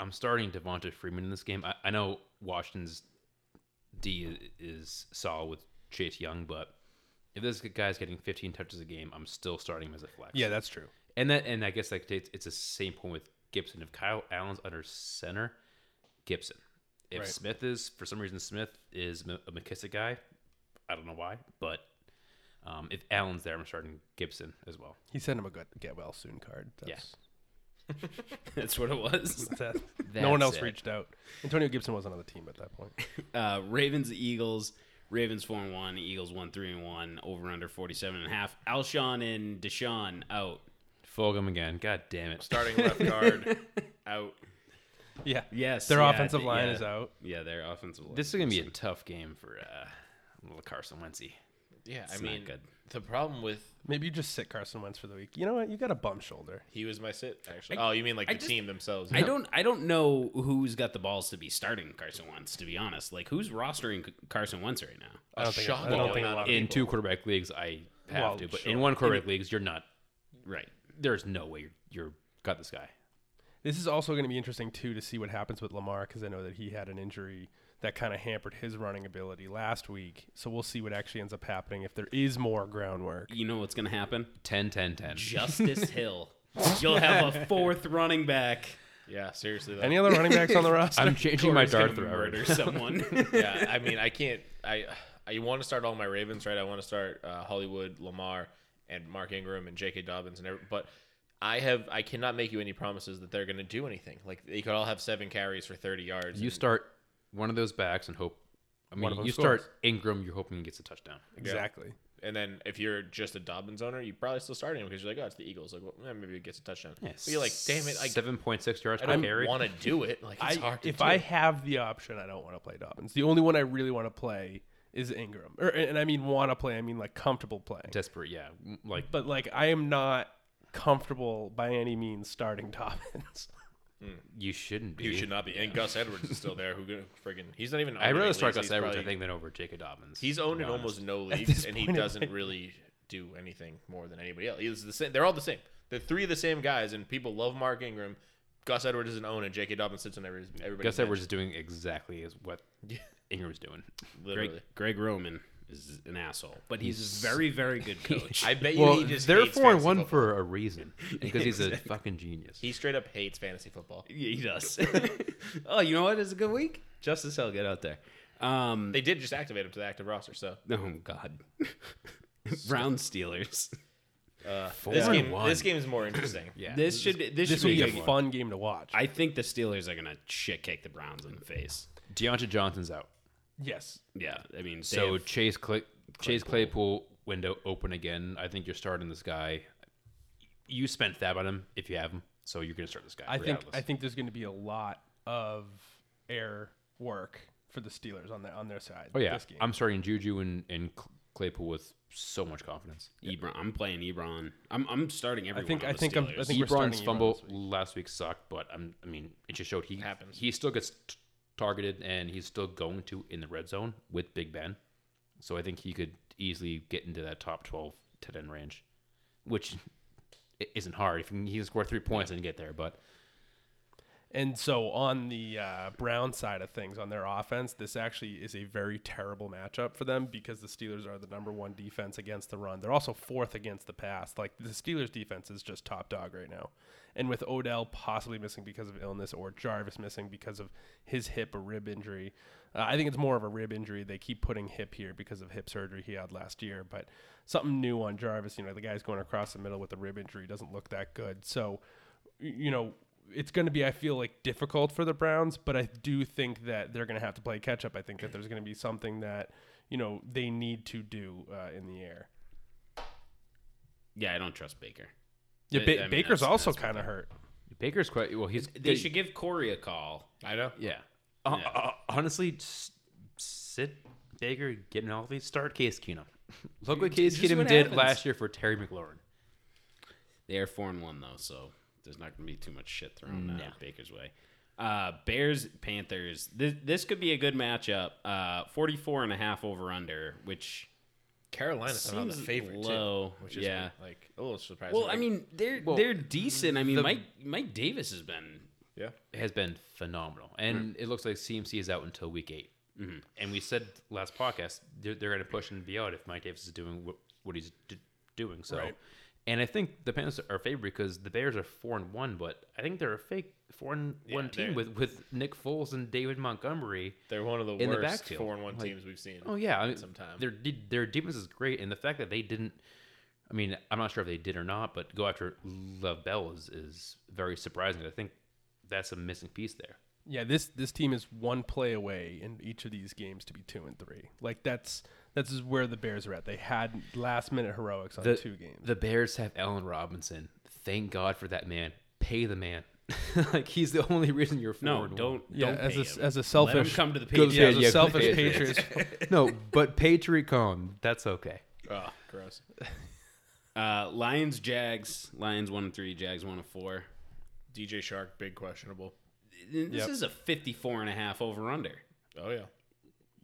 Speaker 3: I'm starting Devonta Freeman in this game. I, I know Washington's D i- is solid with Chase Young, but if this guy's getting 15 touches a game, I'm still starting him as a flex.
Speaker 2: yeah, that's true.
Speaker 3: and that and I guess like it's, it's the same point with Gibson. If Kyle Allen's under center, Gibson. If
Speaker 2: Right.
Speaker 3: Smith is for some reason Smith is M- a McKissick guy, I don't know why, but um, if Allen's there, I'm starting Gibson as well.
Speaker 2: He sent him a good get well soon card. That's,
Speaker 1: That's what it was.
Speaker 2: that- no one
Speaker 3: That's
Speaker 2: else
Speaker 3: it.
Speaker 2: reached out. Antonio Gibson was not on the team at that point.
Speaker 1: Uh, Ravens Eagles. Ravens four and one. Eagles one three and one. Over under forty seven and a half. Alshon and Deshaun out.
Speaker 3: Fulgham again. God damn it.
Speaker 4: Starting left guard out.
Speaker 2: Yeah.
Speaker 1: Yes,
Speaker 2: Their
Speaker 1: yeah,
Speaker 2: offensive
Speaker 1: th-
Speaker 2: line
Speaker 1: yeah.
Speaker 2: is out.
Speaker 1: Yeah, their offensive line.
Speaker 3: This is gonna be a tough game for uh, little Carson Wentz.
Speaker 4: Yeah,
Speaker 1: It's
Speaker 4: I
Speaker 1: not
Speaker 4: mean,
Speaker 1: good.
Speaker 4: the problem with
Speaker 2: Maybe you just sit Carson Wentz for the week. You know what? You got a bum shoulder.
Speaker 4: he was my sit actually. oh, you mean like
Speaker 1: I
Speaker 4: the
Speaker 1: just-
Speaker 4: team themselves?
Speaker 1: I don't. I don't know who's got the balls to be starting Carson Wentz. To be honest, like who's rostering C- Carson Wentz right now?
Speaker 4: A
Speaker 2: I don't think- I
Speaker 4: shocking
Speaker 2: don't think a
Speaker 4: amount
Speaker 2: lot
Speaker 4: of
Speaker 2: of
Speaker 3: In
Speaker 4: people.
Speaker 3: two quarterback leagues, I have
Speaker 2: Well,
Speaker 3: to, but
Speaker 2: sure.
Speaker 3: in one quarterback leagues, you're not.
Speaker 1: Right.
Speaker 3: There's no way you're, you're got this guy.
Speaker 2: This is also going to be interesting too to see what happens with Lamar because I know that he had an injury that kind of hampered his running ability last week. So we'll see what actually ends up happening if there is more groundwork.
Speaker 1: You know what's gonna happen?
Speaker 3: 10 10 10.
Speaker 1: Justice Hill. You'll have a fourth running back.
Speaker 4: Yeah, seriously. Though.
Speaker 2: Any other running backs on the roster?
Speaker 3: I'm changing my
Speaker 1: He's gonna
Speaker 3: dart throw.
Speaker 1: murder someone.
Speaker 4: yeah, I mean, I can't. I I want to start all my Ravens, right? I want to start uh, Hollywood, Lamar, and Mark Ingram and J.K. Dobbins and every, but. I have I cannot make you any promises that they're going to do anything. Like they could all have seven carries for 30 yards.
Speaker 3: You
Speaker 4: and-
Speaker 3: start one of those backs and hope. I mean,
Speaker 2: of them
Speaker 3: you
Speaker 2: scores.
Speaker 3: start Ingram, you're hoping he gets a touchdown.
Speaker 2: exactly.
Speaker 4: And then if you're just a Dobbins owner, you probably still starting him because you're like, oh, it's the Eagles. Like, well, eh, maybe it gets a touchdown. But you're like, damn it, I,
Speaker 3: 7.6 yards
Speaker 4: I
Speaker 3: per
Speaker 4: don't
Speaker 3: carry.
Speaker 4: want to do it. Like, it's
Speaker 2: I,
Speaker 4: hard to
Speaker 2: if
Speaker 4: do.
Speaker 2: I have the option, I don't want to play Dobbins. The only one I really want to play is Ingram, or, and I mean want to play, I mean like comfortable playing.
Speaker 3: Desperate, yeah. M- Like,
Speaker 2: But like I am not comfortable by any means starting Dobbins.
Speaker 3: you shouldn't be.
Speaker 4: you should not be. And Gus Edwards is still there. Who gonna friggin' he's not even.
Speaker 3: I'd
Speaker 4: owned in
Speaker 3: rather
Speaker 4: any
Speaker 3: start
Speaker 4: leagues.
Speaker 3: Gus
Speaker 4: He's
Speaker 3: Edwards, I
Speaker 4: probably-
Speaker 3: think, than over Jacob Dobbins.
Speaker 4: He's
Speaker 3: to
Speaker 4: owned
Speaker 3: be
Speaker 4: in
Speaker 3: honest.
Speaker 4: almost no
Speaker 2: this
Speaker 4: leagues, and he
Speaker 2: point, I
Speaker 4: doesn't really do anything more than anybody else. He's the same. They're all the same. They're three of the same guys, and people love Mark Ingram. Gus Edwards is an own, and J.K. Dobbins sits on every, everybody.
Speaker 3: Gus Edwards is doing exactly as what
Speaker 4: Yeah.
Speaker 3: Ingram's doing.
Speaker 4: literally.
Speaker 1: Greg, Greg Roman is an asshole, but he's a very, very good coach.
Speaker 4: I bet you
Speaker 3: Well,
Speaker 4: he just
Speaker 3: they're
Speaker 4: hates
Speaker 3: four and
Speaker 4: fantasy
Speaker 3: one
Speaker 4: football.
Speaker 3: for a reason because he's a fucking genius.
Speaker 4: He straight up hates fantasy football.
Speaker 1: Yeah, he does. oh, you know what? It's a good week. Justice Hill, get out there. Um,
Speaker 4: They did just activate him to the active roster, so
Speaker 1: oh God, Brown Steelers.
Speaker 4: uh,
Speaker 3: and
Speaker 4: this game
Speaker 3: one.
Speaker 4: this game is more interesting.
Speaker 3: yeah,
Speaker 1: This should this,
Speaker 2: This
Speaker 1: should
Speaker 2: will
Speaker 1: be,
Speaker 2: be
Speaker 1: a
Speaker 2: a
Speaker 1: good.
Speaker 2: fun game to watch.
Speaker 1: I think the Steelers are gonna shit kick the Browns in the face.
Speaker 3: Deontay Johnson's out,
Speaker 2: yes,
Speaker 1: Yeah, I mean, they
Speaker 3: so
Speaker 1: have-
Speaker 3: Chase Clay, Chase Claypool window open again. I think you're starting this guy. You spent fab on him if you have him, so you're gonna start this guy.
Speaker 2: I think
Speaker 3: regardless.
Speaker 2: I think there's going to be a lot of air work for the Steelers on their on their side.
Speaker 3: Oh yeah,
Speaker 2: this game.
Speaker 3: I'm starting Juju and, and Claypool with so much confidence.
Speaker 1: Ebron. I'm playing Ebron. I'm I'm starting everyone.
Speaker 2: think-
Speaker 1: on
Speaker 2: I
Speaker 1: the
Speaker 2: think I'm- I
Speaker 1: Steelers.
Speaker 2: think- we're
Speaker 3: Ebron's
Speaker 2: starting Ebron
Speaker 3: fumble
Speaker 2: this
Speaker 3: last week sucked, but I'm, I mean, it just showed he
Speaker 4: Happens.
Speaker 3: he still gets t- targeted and he's still going to in the red zone with Big Ben. So I think he could easily get into that top 12 to 10 range, which i- isn't hard. If he can- he can score three points and get there, but
Speaker 2: And so on the uh, Brown side of things, on their offense, this actually is a very terrible matchup for them because the Steelers are the number one defense against the run. They're also fourth against the pass. Like the Steelers' defense is just top dog right now. And with Odell possibly missing because of illness or Jarvis missing because of his hip or rib injury, uh, I think it's more of a rib injury. They keep putting hip here because of hip surgery he had last year, but something new on Jarvis. You know, the guy's going across the middle with a rib injury doesn't look that good. So you know, it's going to be, I feel like, difficult for the Browns, but I do think that they're going to have to play catch up. I think that there's going to be something that, you know, they need to do uh, in the air.
Speaker 1: Yeah, I don't trust Baker.
Speaker 2: Yeah,
Speaker 1: I-
Speaker 2: Ba-
Speaker 1: I mean,
Speaker 2: Baker's
Speaker 1: that's-
Speaker 2: also
Speaker 1: that's what
Speaker 2: kind of
Speaker 1: they're-
Speaker 2: hurt.
Speaker 3: Baker's quite well. He's
Speaker 1: They should give Corey a call.
Speaker 4: I know.
Speaker 3: Yeah.
Speaker 1: Yeah.
Speaker 3: Uh, uh, honestly, just sit Baker, get him healthy, start Case Keenum. Look what Case
Speaker 1: just
Speaker 3: Keenum
Speaker 1: what
Speaker 3: did
Speaker 1: happens.
Speaker 3: last year for Terry McLaurin.
Speaker 1: They are four and one though, so there's not going to be too much shit thrown uh,
Speaker 3: No.
Speaker 1: Baker's way. Uh, Bears Panthers. This, this could be a good matchup. Uh, 44 and a half over under, which
Speaker 4: Carolina somehow the
Speaker 1: Seems
Speaker 4: favorite
Speaker 1: low,
Speaker 4: too, which is
Speaker 1: yeah.
Speaker 4: like a little surprising.
Speaker 1: well, I mean they're they're decent. I mean Mike Mike Davis has been
Speaker 4: yeah.
Speaker 3: Has been phenomenal,
Speaker 4: Mm.
Speaker 3: and it looks like CMC is out until week 8
Speaker 4: Mm-hmm.
Speaker 3: And we said last podcast they're, they're going to push and be out if Mike Davis is doing what, what he's d- doing. So, and I think the Panthers are favored because the Bears are four and one, but I think they're a fake four and one
Speaker 4: they're-
Speaker 3: team with with Nick Foles and David Montgomery.
Speaker 4: They're one of the
Speaker 3: In the
Speaker 4: worst
Speaker 3: backfield,
Speaker 4: four and one
Speaker 3: like-
Speaker 4: teams we've seen.
Speaker 3: Oh yeah, I mean,
Speaker 4: sometime.
Speaker 3: Their de- their defense is great, and the fact that they didn't, I mean, I'm not sure if they did or not, but go after Lavelle is, is very surprising. I think that's a missing piece there.
Speaker 2: Yeah, this this team is one play away in each of these games to be two and three. Like that's that's is where the Bears are at. They had last minute heroics on
Speaker 3: The
Speaker 2: two games.
Speaker 3: the Bears have Allen Robinson. Thank God for that man. Pay the man. like he's the only reason you're four.
Speaker 1: no
Speaker 3: and
Speaker 1: don't
Speaker 2: yeah,
Speaker 1: don't
Speaker 2: as
Speaker 1: pay
Speaker 2: a
Speaker 1: him.
Speaker 2: as
Speaker 1: let
Speaker 2: a
Speaker 1: him
Speaker 2: selfish
Speaker 1: come to the
Speaker 3: Go to
Speaker 1: Patriots.
Speaker 3: the
Speaker 2: yeah, as a
Speaker 3: Yeah,
Speaker 2: selfish
Speaker 3: Patriots.
Speaker 2: Patriots.
Speaker 3: one. no, but pay Tariq Cohen. That's okay.
Speaker 4: Oh, gross.
Speaker 1: Uh, Lions Jags Lions one and three Jags one and four.
Speaker 4: DJ Shark, big questionable.
Speaker 1: This
Speaker 2: Yep.
Speaker 1: is a 54 and a half over under.
Speaker 4: Oh yeah.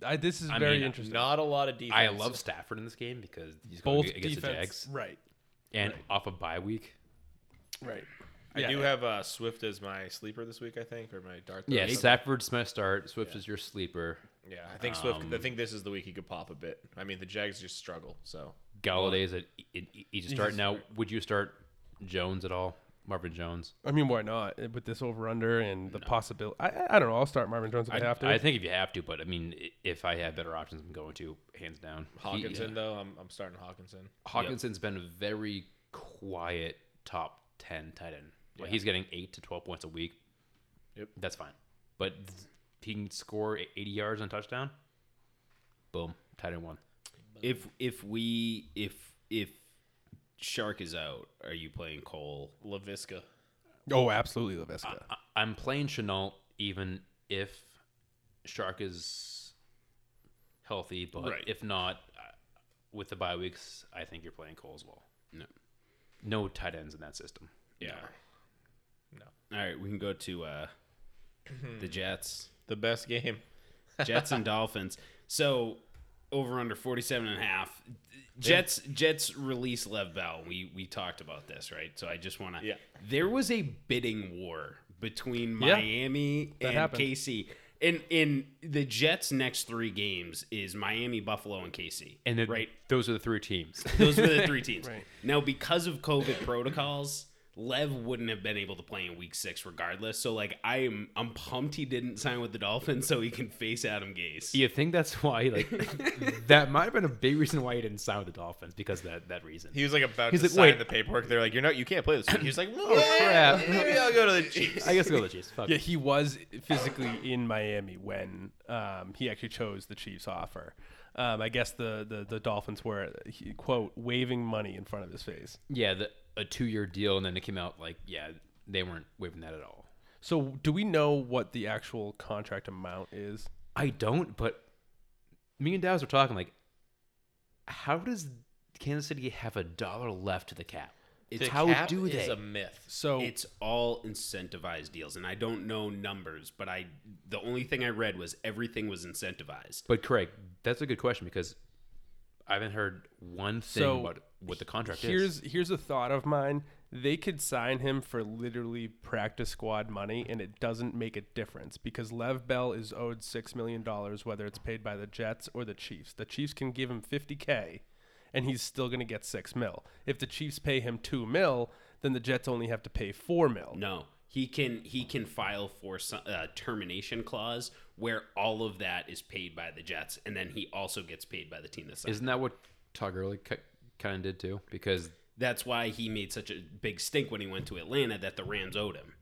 Speaker 2: I, this is
Speaker 3: I
Speaker 2: very
Speaker 3: mean,
Speaker 2: interesting.
Speaker 4: Not a lot of defense.
Speaker 3: I love Stafford in this game because he's going
Speaker 2: Both
Speaker 3: against
Speaker 2: defense,
Speaker 3: the Jags
Speaker 2: right?
Speaker 3: and off a bye week.
Speaker 2: Right.
Speaker 4: I
Speaker 2: Yeah.
Speaker 4: do have uh, Swift as my sleeper this week, I think, or my dart. throw
Speaker 3: Yeah,
Speaker 4: or something.
Speaker 3: Stafford's my start. Swift is your sleeper.
Speaker 4: yeah. I think Swift.
Speaker 3: Um,
Speaker 4: I think this is the week he could pop a bit. I mean, the Jags just struggle. So
Speaker 3: Galladay is a e- e- easy start. Now, would you start Jones at all? Marvin Jones.
Speaker 2: I mean, why not Uh, with this over under and the possibility? I, I- I don't know. I'll start Marvin Jones if I, have to.
Speaker 3: I think if you have to, but I mean, i- if I have better options, I'm going to hands down. He-
Speaker 4: Hawkinson, though, I'm, I'm starting Hawkinson.
Speaker 3: Hawkinson's been a very quiet top ten tight end. Like, He's getting eight to twelve points a week.
Speaker 4: Yep.
Speaker 3: that's fine. But th- he can score e- eighty yards on touchdown. Boom, tight end one.
Speaker 1: If if we if if Shark is out, are you playing Cole?
Speaker 4: Lavisca.
Speaker 2: oh, absolutely, Lavisca.
Speaker 3: I- I'm playing Chenault even if Shark is healthy, but
Speaker 1: Right.
Speaker 3: if not, uh, with the bye weeks, I think you're playing Cole as well.
Speaker 1: No.
Speaker 3: No tight ends in that system.
Speaker 1: Yeah.
Speaker 4: No.
Speaker 1: All right, we can go to uh, the Jets.
Speaker 4: The best game.
Speaker 1: Jets and Dolphins. So over under 47 and a half. Jets Jets release Lev Bell. We we talked about this, right? So I just want to
Speaker 4: Yeah.
Speaker 1: There was a bidding war between
Speaker 2: Yeah.
Speaker 1: Miami and
Speaker 2: happened.
Speaker 1: KC. In in the Jets next 3 games is Miami, Buffalo and KC.
Speaker 3: And then
Speaker 1: right
Speaker 3: those are the three teams.
Speaker 1: those were the three teams.
Speaker 2: Right.
Speaker 1: Now, because of COVID protocols, Lev wouldn't have been able to play in Week Six regardless. So, like, I'm I'm pumped he didn't sign with the Dolphins so he can face Adam Gase.
Speaker 3: you think that's why? Like that might have been a big reason why he didn't sign with the Dolphins because of that that reason.
Speaker 4: He was like about
Speaker 3: He's
Speaker 4: to
Speaker 3: like,
Speaker 4: sign
Speaker 3: wait.
Speaker 4: the paperwork. They're like, you're not, you can't play this week. He's like,
Speaker 3: oh crap!
Speaker 4: maybe I'll go to the Chiefs.
Speaker 3: I guess I'll go with the Chiefs. Fuck.
Speaker 2: Yeah, he was physically in Miami when um, he actually chose the Chiefs' offer. Um, I guess the, the, the Dolphins were, he, quote, waving money in front of his face.
Speaker 3: Yeah, the, a two-year deal, and then it came out like, yeah, they weren't waving that at all.
Speaker 2: So, do we know what the actual contract amount is?
Speaker 3: I don't, but me and Daz were talking like, how does Kansas City have a dollar left to the cap? It's how
Speaker 4: cap
Speaker 3: do
Speaker 4: Is
Speaker 3: they?
Speaker 4: a myth.
Speaker 2: So,
Speaker 1: It's all incentivized deals, and I don't know numbers, but I the only thing I read was everything was incentivized.
Speaker 3: but Craig, that's a good question because I haven't heard one thing
Speaker 2: So,
Speaker 3: about what the contract is.
Speaker 2: here's here's a thought of mine. They could sign him for literally practice squad money, and it doesn't make a difference because Lev Bell is owed six million dollars, whether it's paid by the Jets or the Chiefs. The Chiefs can give him fifty k, and he's still going to get six mil. If the Chiefs pay him two mil, then the Jets only have to pay four mil.
Speaker 1: No, he can he can file for some, uh, termination clause where all of that is paid by the Jets, and then he also gets paid by the team that signed.
Speaker 3: Isn't that what Todd Gurley kind of did too? Because
Speaker 1: That's why he made such a big stink when he went to Atlanta that the Rams owed him.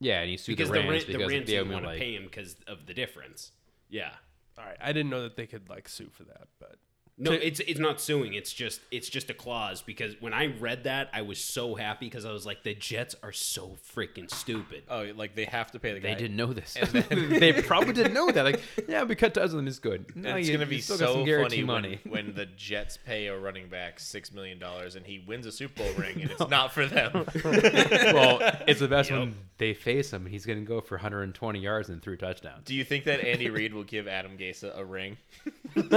Speaker 3: Yeah, and he sued
Speaker 1: because
Speaker 3: the
Speaker 1: the,
Speaker 3: Rams
Speaker 1: Rams, the,
Speaker 3: because
Speaker 1: Rams
Speaker 3: they owe
Speaker 1: didn't
Speaker 3: me
Speaker 1: want to
Speaker 3: like
Speaker 1: pay him because of the difference. Yeah.
Speaker 2: All right, I didn't know that they could like sue for that, but
Speaker 1: No, it's it's not suing. It's just it's just a clause because when I read that, I was so happy because I was like, the Jets are so freaking stupid.
Speaker 4: Oh, like they have to pay the guy.
Speaker 3: they didn't know this. they probably didn't know that. Like, yeah, we cut ties with them. It's good. No,
Speaker 4: And it's
Speaker 3: Oh, you,
Speaker 4: gonna
Speaker 3: you
Speaker 4: be
Speaker 3: still got
Speaker 4: so
Speaker 3: some guarantee
Speaker 4: funny
Speaker 3: money.
Speaker 4: When, when the Jets pay a running back six million dollars and he wins a Super Bowl ring and it's not for them.
Speaker 3: well, it's the best when they face him and he's going to go for 120 yards and three touchdowns.
Speaker 4: Do you think that Andy Reid will give Adam Gase a ring?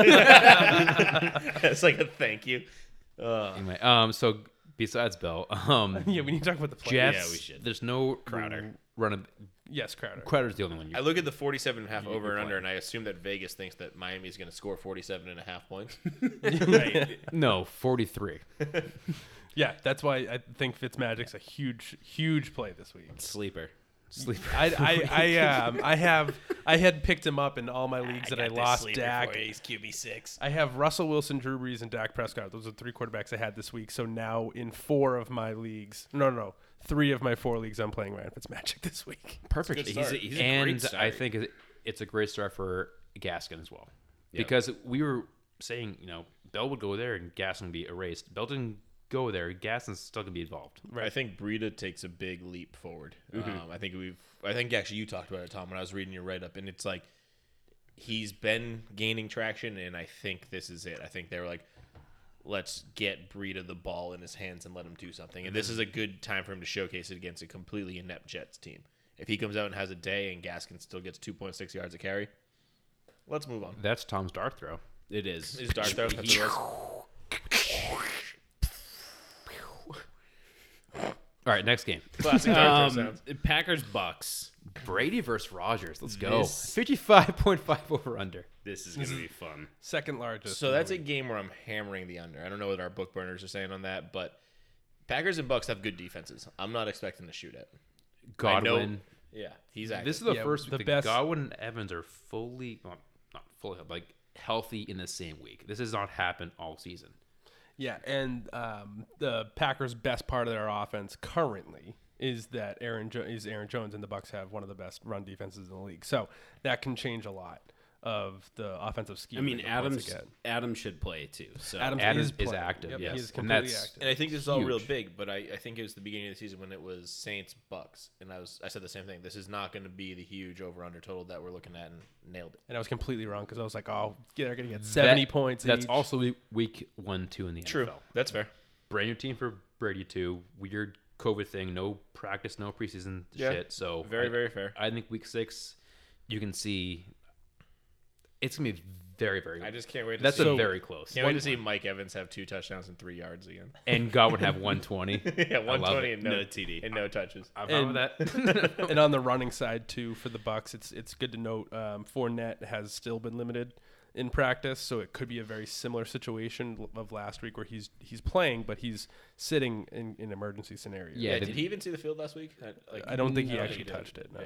Speaker 4: It's like a thank you. Uh,
Speaker 3: Anyway, um, so besides Bell, um,
Speaker 2: yeah, we need to talk about the playoffs.
Speaker 3: Jets.
Speaker 1: Yeah, we should.
Speaker 3: There's no
Speaker 1: Crowder.
Speaker 3: Running
Speaker 2: Yes, Crowder.
Speaker 3: Crowder's the only one. You,
Speaker 4: I look at the 47 and a half over and under,
Speaker 3: point.
Speaker 4: and I assume that Vegas thinks that Miami's going to score 47 and a half points.
Speaker 1: Right.
Speaker 3: no, 43.
Speaker 2: Yeah, that's why I think Fitzmagic's a huge, huge play this week.
Speaker 1: Sleeper.
Speaker 3: Sleeper.
Speaker 2: I, I, I, um, I have, I had picked him up in all
Speaker 1: Ah,
Speaker 2: my leagues that I lost. Dak.
Speaker 1: He's QB six.
Speaker 2: I have Russell Wilson, Drew Brees, and Dak Prescott. Those are the three quarterbacks I had this week. So now in four of my leagues, no, no, no, three of my four leagues, I'm playing Ryan Fitzmagic this week.
Speaker 3: Perfect.
Speaker 1: It's a good He's a- start. he's a great
Speaker 3: and I
Speaker 1: start.
Speaker 3: think it- it's a great start for Gaskin as well, because we were saying you know Bell would go there and Gaskin would be erased. Bell didn't go there. Gaskin's still gonna be involved.
Speaker 4: I think Breida takes a big leap forward. Um, I think we've. I think actually you talked about it, Tom, when I was reading your write up, and it's like he's been gaining traction, and I think this is it. I think they were like, let's get Breida the ball in his hands and let him do something. And this is a good time for him to showcase it against a completely inept Jets team. If he comes out and has a day, and Gaskin still gets two point six yards a carry, let's move on.
Speaker 3: That's Tom's dart throw.
Speaker 1: It is.
Speaker 4: Is Dark Throw that's what it was.
Speaker 3: All right, next game:
Speaker 4: classic Dark Throw
Speaker 1: Um,
Speaker 4: sounds?
Speaker 1: Packers Bucks.
Speaker 3: Brady versus Rogers. Let's go.
Speaker 1: This-
Speaker 3: Fifty-five point five over under.
Speaker 1: This is gonna be fun.
Speaker 2: Second largest.
Speaker 4: So that's a game where I'm hammering the under. I don't know what our book burners are saying on that, but Packers and Bucks have good defenses. I'm not expecting to shoot at. I know-
Speaker 3: Godwin.
Speaker 4: Yeah, he's active.
Speaker 3: This is the
Speaker 2: Yeah,
Speaker 3: first
Speaker 2: the
Speaker 3: week that
Speaker 2: best-
Speaker 3: Godwin and Evans are fully, well, not fully, like healthy in the same week. This has not happened all season.
Speaker 2: Yeah, and um, the Packers' best part of their offense currently is that Aaron jo- is Aaron Jones, and the Bucks have one of the best run defenses in the league. So that can change a lot of the offensive scheme.
Speaker 1: I mean,
Speaker 2: that the Bucs
Speaker 1: Adams.
Speaker 2: get.
Speaker 1: Adam should play too. So
Speaker 2: Adams,
Speaker 3: Adams
Speaker 2: is,
Speaker 3: is
Speaker 2: playing.
Speaker 3: active,
Speaker 2: Yep,
Speaker 3: yes.
Speaker 2: he is
Speaker 3: And
Speaker 2: completely
Speaker 3: that's-
Speaker 2: active.
Speaker 4: and I think this is all real
Speaker 3: huge.
Speaker 4: big, but I, I think it was the beginning of the season when it was Saints Bucks, and I was I said the same thing. This is not going to be the huge over under total that we're looking at, and nailed it.
Speaker 2: And I was completely wrong because I was like, oh, yeah, they're going to get 70
Speaker 3: That-
Speaker 2: points.
Speaker 3: That's
Speaker 2: each.
Speaker 3: also week- week one, two in the NFL.
Speaker 4: that's fair.
Speaker 3: brand new team for Brady too. Weird COVID thing, no practice, no preseason
Speaker 4: Yeah.
Speaker 3: shit. So
Speaker 4: Very
Speaker 3: I,
Speaker 4: very fair.
Speaker 3: I think week six, you can see it's gonna be very very.
Speaker 4: I just can't wait. To
Speaker 3: that's
Speaker 4: see,
Speaker 3: a very close.
Speaker 4: can't wait to see Mike Evans have two touchdowns and three yards again.
Speaker 3: And God would have one twenty.
Speaker 4: yeah, one twenty and no,
Speaker 1: No TD.
Speaker 4: and no touches.
Speaker 3: I'm fine with that.
Speaker 2: and on the running side too for the Bucks, it's it's good to note um, Fournette has still been limited in practice, so it could be a very similar situation l- of last week where he's he's playing but he's sitting in, in emergency scenarios.
Speaker 3: Yeah,
Speaker 4: yeah,
Speaker 3: the-
Speaker 4: did he even see the field last week? I, like,
Speaker 2: I don't think he
Speaker 4: I don't
Speaker 2: actually
Speaker 4: think he did.
Speaker 2: touched it. No.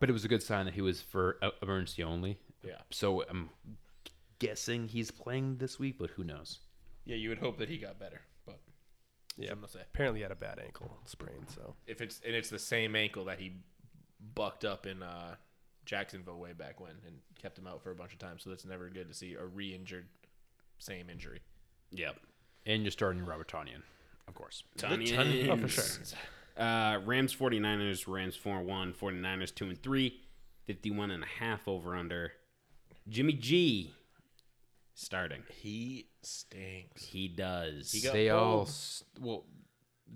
Speaker 3: but it was a good sign that he was for uh, emergency only.
Speaker 4: Yeah.
Speaker 3: So I'm guessing he's playing this week, but who knows?
Speaker 4: Yeah, you would hope that he got better, but
Speaker 2: Yeah.
Speaker 4: I'm gonna say.
Speaker 2: Apparently, he had a bad ankle sprain. So
Speaker 4: if it's and it's the same ankle that he bucked up in uh, Jacksonville way back when and kept him out for a bunch of times, so that's never good to see a re-injured same injury.
Speaker 1: Yep.
Speaker 3: And you're starting Robert Tanyan, of course.
Speaker 1: Tanyan.
Speaker 2: Oh, for sure.
Speaker 1: Uh, Rams 49ers, Rams 4 1, 49ers 2 and 3, 51 and a half over under. Jimmy G starting.
Speaker 4: He stinks.
Speaker 1: He does.
Speaker 4: got
Speaker 3: they all
Speaker 4: pulled.
Speaker 3: s- well.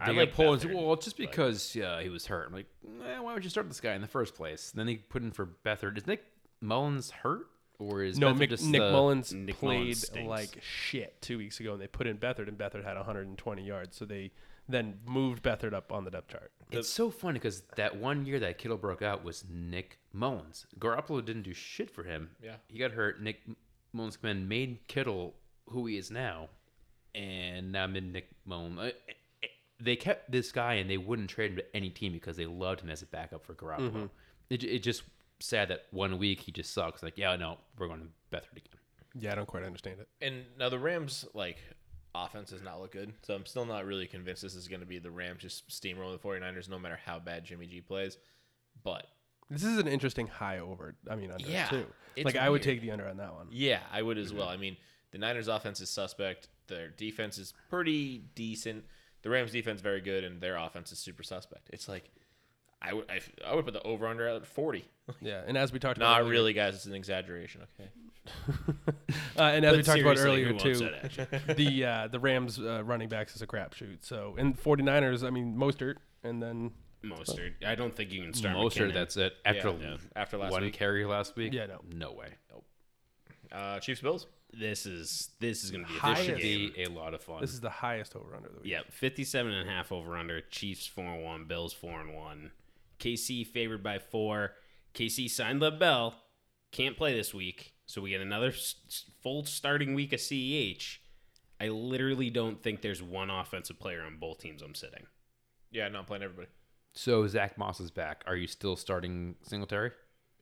Speaker 1: I
Speaker 3: They I
Speaker 1: like
Speaker 3: like pulled.
Speaker 1: Beathard,
Speaker 3: well, just because uh, he was hurt. I'm like, eh, why would you start this guy in the first place? And then they put in for Bethard. Is Nick Mullins hurt, or is
Speaker 2: no,
Speaker 3: Beathard
Speaker 2: Mick,
Speaker 3: just
Speaker 2: Nick
Speaker 3: the-
Speaker 2: Mullins
Speaker 1: uh, Nick
Speaker 2: played
Speaker 1: Mullins stinks.
Speaker 2: like shit two weeks ago, and they put in Bethard, and Bethard had 120 yards. So they then moved Bethard up on the depth chart.
Speaker 3: It's so funny because that one year that Kittle broke out was Nick Mullins. Garoppolo didn't do shit for him.
Speaker 4: Yeah.
Speaker 3: he got hurt. Nick Mullins came in, made Kittle who he is now, and now mid Nick Mullins. I- I- They kept this guy and they wouldn't trade him to any team because they loved him as a backup for Garoppolo.
Speaker 4: Mm-hmm.
Speaker 3: It, it just sad that one week he just sucks. Like, yeah, no, we're going to Bethard again.
Speaker 2: Yeah, I don't quite understand it.
Speaker 4: And now the Rams like offense does not look good, so I'm still not really convinced this is going to be the Rams just steamrolling the 49ers, no matter how bad Jimmy G plays. But
Speaker 2: This is an interesting high over. I mean, under
Speaker 4: Yeah,
Speaker 2: too.
Speaker 4: it's
Speaker 2: like I would
Speaker 4: weird.
Speaker 2: take the under on that one.
Speaker 4: yeah, I would as well. I mean, the Niners' offense is suspect. Their defense is pretty decent. The Rams' defense very good, and their offense is super suspect. It's like I would I, I would put the over under at forty.
Speaker 2: Yeah, and as we talked about,
Speaker 4: Not
Speaker 2: earlier-
Speaker 4: really, guys. It's an exaggeration. Okay.
Speaker 2: Uh, and as
Speaker 1: But
Speaker 2: we talked about
Speaker 1: seriously,
Speaker 2: earlier
Speaker 1: who wants that
Speaker 2: too, the uh, the Rams uh, running backs is a crapshoot. So and 49ers, I mean Mostert, and then
Speaker 1: Mostert. I don't think you can start
Speaker 3: Mostert,
Speaker 1: McKinnon.
Speaker 3: that's it. After
Speaker 4: Yeah, yeah. After last
Speaker 3: one
Speaker 4: week.
Speaker 3: carry last week,
Speaker 2: Yeah, no.
Speaker 3: way.
Speaker 4: Uh, Chiefs Bills.
Speaker 1: this is this is going to be a
Speaker 2: Highest-
Speaker 3: This
Speaker 1: fishing
Speaker 3: should
Speaker 1: game.
Speaker 3: be a lot of fun.
Speaker 1: Um,
Speaker 2: this is the highest over under of the week.
Speaker 1: Yeah, 57 and a half over under. Chiefs 4 and 1, Bills 4 and 1. KC favored by 4. KC signed LaBelle. Can't play this week. So we get another s- s- full starting week of CEH. I literally don't think there's one offensive player on both teams I'm sitting.
Speaker 4: Yeah, not playing everybody.
Speaker 3: so Zach Moss is back. Are you still starting Singletary?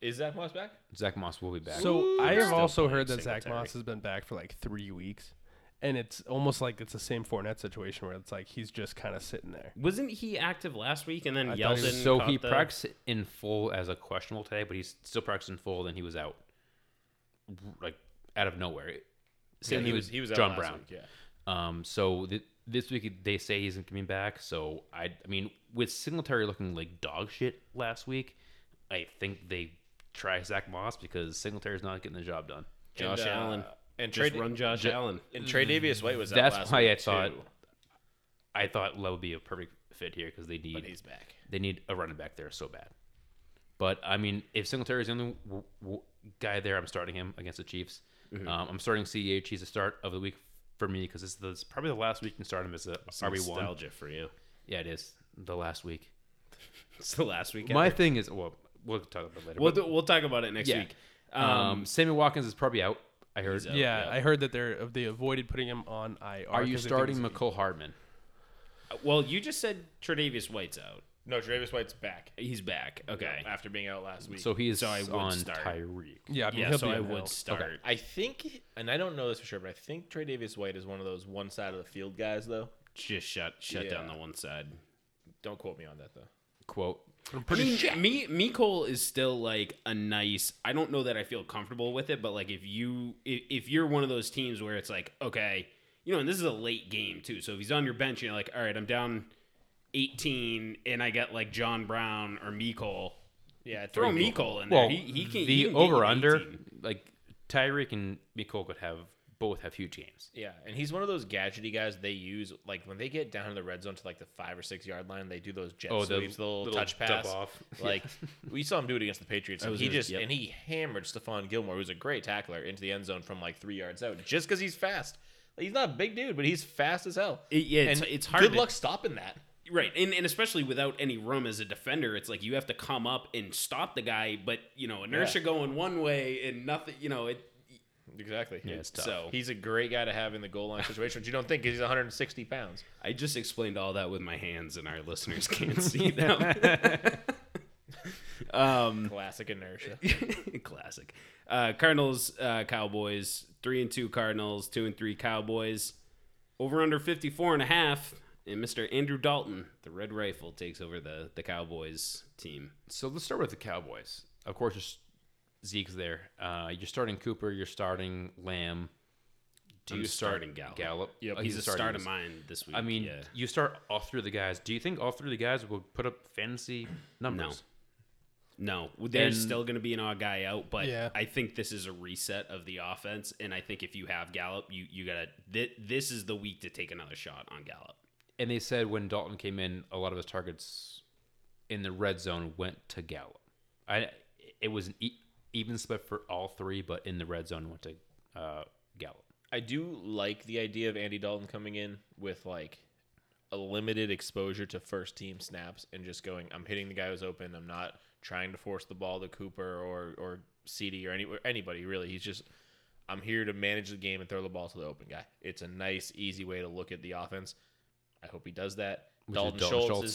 Speaker 4: Is Zach Moss back?
Speaker 3: Zach Moss will be back.
Speaker 2: So I have
Speaker 1: Still
Speaker 2: also
Speaker 1: playing
Speaker 2: heard that Zach
Speaker 1: Singletary.
Speaker 2: Moss has been back for like three weeks, and it's almost like it's the same Fournette situation where it's like he's just kind of sitting there.
Speaker 1: Wasn't he active last week and then
Speaker 2: I thought he
Speaker 1: Yeldon?
Speaker 2: was-
Speaker 3: so he
Speaker 1: caught the-
Speaker 3: practiced in full as a questionable today, but he's still practiced in full. Then he was out, like out of nowhere.
Speaker 4: Yeah,
Speaker 3: Same thing
Speaker 4: he
Speaker 3: with
Speaker 4: was. He was out
Speaker 3: John
Speaker 4: last
Speaker 3: Brown.
Speaker 4: week, yeah.
Speaker 3: Um, so th- this week they say he's coming back. So I, I mean, with Singletary looking like dog shit last week, I think they try Zach Moss because Singletary's not getting the job done.
Speaker 1: Josh
Speaker 4: And, uh,
Speaker 1: Allen.
Speaker 4: and
Speaker 1: Just
Speaker 4: trade-
Speaker 1: run Josh Allen.
Speaker 4: And Trey Davius White was out
Speaker 3: That's
Speaker 4: last
Speaker 3: why
Speaker 4: week
Speaker 3: I thought
Speaker 4: too,
Speaker 3: I thought Love would be a perfect fit here because they
Speaker 4: but
Speaker 3: need
Speaker 4: he's back.
Speaker 3: they need a running back there so bad. But I mean, if Singletary is the only w- w- guy there, I'm starting him against the Chiefs. Um, I'm starting Ceh. He's the start of the week for me because this is the, it's probably the last week you can start him as a RB one.
Speaker 1: Nostalgia for you.
Speaker 3: Yeah, it is the last week.
Speaker 1: It's the last week.
Speaker 3: My
Speaker 1: ever.
Speaker 3: thing is, well, we'll talk about it later.
Speaker 1: we'll,
Speaker 3: but,
Speaker 1: do- we'll talk about it next
Speaker 3: Yeah.
Speaker 1: week.
Speaker 3: um, Sammy Watkins is probably out. I heard.
Speaker 1: out.
Speaker 2: Yeah,
Speaker 1: yeah.
Speaker 2: I heard that they're uh, they avoided putting him on IR.
Speaker 3: Oh, Are you
Speaker 2: 'cause they think
Speaker 3: starting
Speaker 2: it's-
Speaker 3: McCole Hardman?
Speaker 1: Well, you just said Tredavious White's out.
Speaker 4: No, Travis White's back.
Speaker 1: He's back. Okay.
Speaker 4: After being out last week.
Speaker 3: So he is
Speaker 1: So I would
Speaker 3: on
Speaker 1: start.
Speaker 3: Tyreek.
Speaker 2: Yeah, I mean,
Speaker 1: Yeah,
Speaker 2: he'll
Speaker 1: so
Speaker 2: be
Speaker 1: I
Speaker 2: in
Speaker 1: would
Speaker 2: hell.
Speaker 1: start.
Speaker 4: I think, and I don't know this for sure, but I think Trey Davis White is one of those one side of the field guys, though.
Speaker 1: Just shut shut
Speaker 4: Yeah.
Speaker 1: down the one side.
Speaker 4: Don't quote me on that, though.
Speaker 3: Quote.
Speaker 1: I mean, me me Cole is still like a nice. I don't know that I feel comfortable with it, but like if you if, if you're one of those teams where it's like okay, you know, and this is a late game too. So if he's on your bench, you're like, all right, I'm down 18, and I got like John Brown or me Cole.
Speaker 4: Yeah,
Speaker 1: Throw me Cole in there.
Speaker 3: Well,
Speaker 1: he, he can he
Speaker 3: the
Speaker 1: can get you
Speaker 3: over under
Speaker 1: 18.
Speaker 3: like Tyreek and Nicole could have both have huge games.
Speaker 4: Yeah, and he's one of those gadgety guys they use. Like when they get down in the red zone to like the five or six yard line, they do those jet
Speaker 3: Oh, the
Speaker 4: sweeps, the little,
Speaker 3: little
Speaker 4: touch
Speaker 3: dump
Speaker 4: pass.
Speaker 3: off.
Speaker 4: Like we saw him do it against the Patriots. and
Speaker 1: was
Speaker 4: he
Speaker 1: gonna-
Speaker 4: just
Speaker 1: yep.
Speaker 4: and he hammered Stephon Gilmore, who's a great tackler, into the end zone from like three yards out, just because he's fast. Like, he's not a big dude, but he's fast as hell.
Speaker 1: It- yeah, it's-
Speaker 4: And
Speaker 1: it's hard
Speaker 4: Good
Speaker 1: to-
Speaker 4: luck stopping that.
Speaker 1: Right, and and especially without any room as a defender, it's like you have to come up and stop the guy. But you know, inertia going one way and nothing. You know, it.
Speaker 4: Exactly.
Speaker 3: Yeah, it's tough.
Speaker 1: So
Speaker 4: He's a great guy to have in the goal line situation, which you don't think because he's 160 pounds.
Speaker 1: I just explained all that with my hands, and our listeners can't see them. um,
Speaker 4: Classic inertia.
Speaker 1: classic. Uh, Cardinals, uh, Cowboys, three and two Cardinals, two and three Cowboys. Over under 54 and a half, and Mr. Andrew Dalton, the Red Rifle, takes over the the Cowboys team.
Speaker 3: So let's start with the Cowboys. Of course, there's- Zeke's there. Uh, you're starting Cooper. You're starting Lamb. Do
Speaker 1: I'm
Speaker 3: you start
Speaker 1: starting Gallup.
Speaker 3: Oh,
Speaker 1: he's, a start
Speaker 3: starting.
Speaker 1: of mine this week.
Speaker 3: I mean,
Speaker 1: yeah.
Speaker 3: you start all three of the guys. Do you think all three of the guys will put up fantasy numbers?
Speaker 1: No, there's
Speaker 3: And-
Speaker 1: still going to be an odd guy out, but
Speaker 2: Yeah.
Speaker 1: I think this is a reset of the offense, and I think if you have Gallup, you you gotta th- this is the week to take another shot on Gallup.
Speaker 3: And they said when Dalton came in, a lot of his targets in the red zone went to Gallup. I it was an e- even split for all three, but in the red zone went to uh, Gallup.
Speaker 4: I do like the idea of Andy Dalton coming in with like a limited exposure to first team snaps and just going, I'm hitting the guy who's open. I'm not trying to force the ball to Cooper or or CD or any, or anybody really. He's just I'm here to manage the game and throw the ball to the open guy. It's a nice, easy way to look at the offense. I hope he does that.
Speaker 3: Which
Speaker 4: Dalton,
Speaker 3: is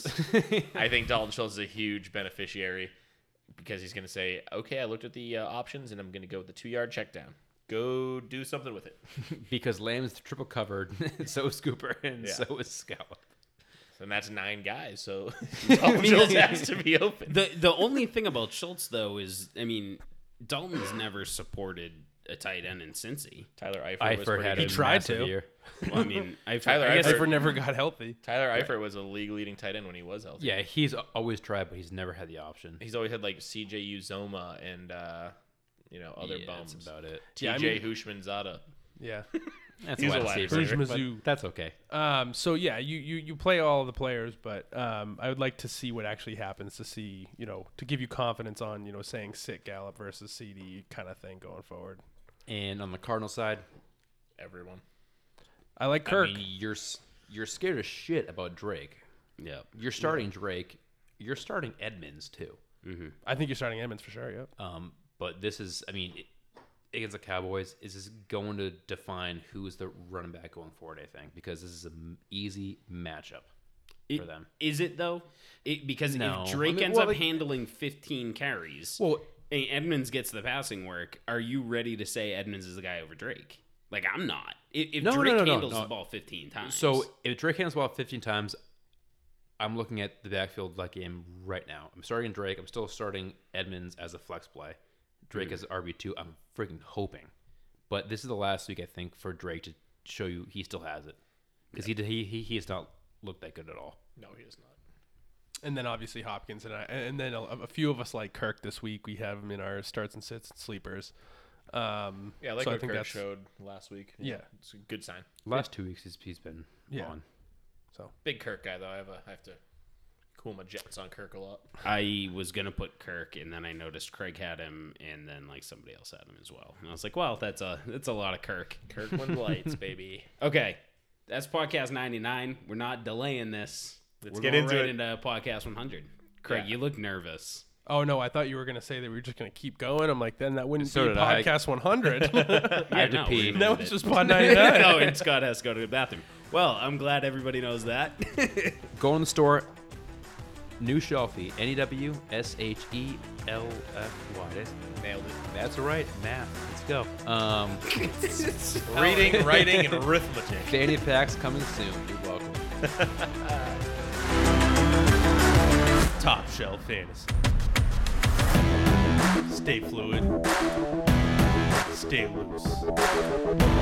Speaker 4: Schultz, is I think Dalton Schultz is a huge beneficiary because he's going to say, "Okay, I looked at the uh, options and I'm going to go with the two yard check down. Go do something with it."
Speaker 3: because Lamb's triple covered, so is Cooper, and
Speaker 4: Yeah.
Speaker 3: so is Gallup.
Speaker 4: and that's nine guys. So Dalton Schultz has to be open.
Speaker 1: The the only thing about Schultz though is I mean, Dalton's never supported a tight end in Cincy.
Speaker 4: Tyler Eifert, was
Speaker 3: Eifert
Speaker 4: pretty
Speaker 3: had
Speaker 2: He
Speaker 3: a
Speaker 2: tried
Speaker 3: massive
Speaker 2: to.
Speaker 3: year.
Speaker 1: Well, I mean, I've,
Speaker 4: Tyler
Speaker 1: I
Speaker 2: I
Speaker 1: guess-
Speaker 2: guess
Speaker 4: Eifert-
Speaker 2: Ever never got healthy.
Speaker 4: Tyler Eifert was a league leading tight end when he was healthy.
Speaker 3: Yeah, he's a- always tried, but he's never had the option.
Speaker 4: He's always had like CJ Uzoma and uh, you know other
Speaker 3: yeah,
Speaker 4: bums.
Speaker 3: That's about it.
Speaker 4: TJ
Speaker 2: Yeah, I
Speaker 4: Hushman Zada.
Speaker 2: Yeah.
Speaker 3: That's
Speaker 4: He's
Speaker 3: why
Speaker 4: a
Speaker 3: I
Speaker 4: wide
Speaker 3: see it
Speaker 2: receiver.
Speaker 3: later,
Speaker 2: Mizzou.
Speaker 3: but That's okay.
Speaker 2: Um, so yeah, you, you you play all the players, but um, I would like to see what actually happens to see you know to give you confidence on you know saying sit Gallup versus CD kind of thing going forward.
Speaker 3: And on the Cardinal side,
Speaker 4: Everyone.
Speaker 2: I like Kirk.
Speaker 3: I mean, you're s- you're scared as shit about Drake.
Speaker 1: yeah. Mm-hmm.
Speaker 3: You're starting Drake. You're starting Edmonds too.
Speaker 2: I think you're starting Edmonds for sure. Yep.
Speaker 3: Um, but this is, I mean, it, against the Cowboys, is this going to define who is the running back going forward? I think because this is an easy matchup for them.
Speaker 1: Is it though? It, because
Speaker 3: No.
Speaker 1: if Drake
Speaker 3: I mean,
Speaker 1: ends
Speaker 3: well,
Speaker 1: up
Speaker 3: like-
Speaker 1: handling 15 carries,
Speaker 3: Well,
Speaker 1: and Edmonds gets the passing work, are you ready to say Edmonds is the guy over Drake? Like I'm not. If, if
Speaker 3: No, no,
Speaker 1: Drake
Speaker 3: no, no,
Speaker 1: handles
Speaker 3: no.
Speaker 1: the ball 15 times,
Speaker 3: so if Drake handles the ball 15 times, I'm looking at the backfield like I am right now. I'm starting Drake. I'm still starting Edmonds as a flex play. Drake as RB two. I'm freaking hoping, but this is the last week I think for Drake to show you he still has it because he he he he has not looked that good at all.
Speaker 4: No, he is not.
Speaker 2: And then obviously Hopkins and I, and then a, a few of us like Kirk this week. We have him in our starts and sits and sleepers. Um,
Speaker 4: Yeah, I like
Speaker 2: so
Speaker 4: what
Speaker 2: I think
Speaker 4: Kirk
Speaker 2: that's
Speaker 4: showed last week.
Speaker 2: Yeah.
Speaker 4: it's a good sign.
Speaker 3: Last two weeks he's he's been
Speaker 2: Yeah.
Speaker 3: on.
Speaker 4: Big Kirk guy though. I have a, I have to cool my jets on Kirk a lot.
Speaker 1: I was gonna put Kirk, and then I noticed Craig had him, and then like somebody else had him as well. And I was like, well, that's a that's a lot of Kirk.
Speaker 4: Kirk win lights, baby.
Speaker 1: Okay, that's podcast 99. We're not delaying this.
Speaker 4: Let's
Speaker 1: We're
Speaker 4: get
Speaker 1: going
Speaker 4: into
Speaker 1: right
Speaker 4: it.
Speaker 1: into podcast 100. Craig,
Speaker 4: Yeah.
Speaker 1: you look nervous.
Speaker 2: Oh no, I thought you were gonna say that we were just gonna keep going. I'm like, then that wouldn't
Speaker 3: So
Speaker 2: be
Speaker 3: did I.
Speaker 2: podcast 100.
Speaker 1: I
Speaker 3: had to pee.
Speaker 2: that was just pod 99.
Speaker 1: no, and Scott has to go to the bathroom. Well, I'm glad everybody knows that.
Speaker 3: Go in the store. New Shelfie. N E W S H E L F Y. That's-
Speaker 4: Nailed it.
Speaker 3: That's right. Math. Let's go. Um,
Speaker 4: Reading, writing, and arithmetic.
Speaker 3: fanny packs coming soon. You're welcome.
Speaker 2: Top shelf fantasy.
Speaker 5: Stay fluid. Stay loose.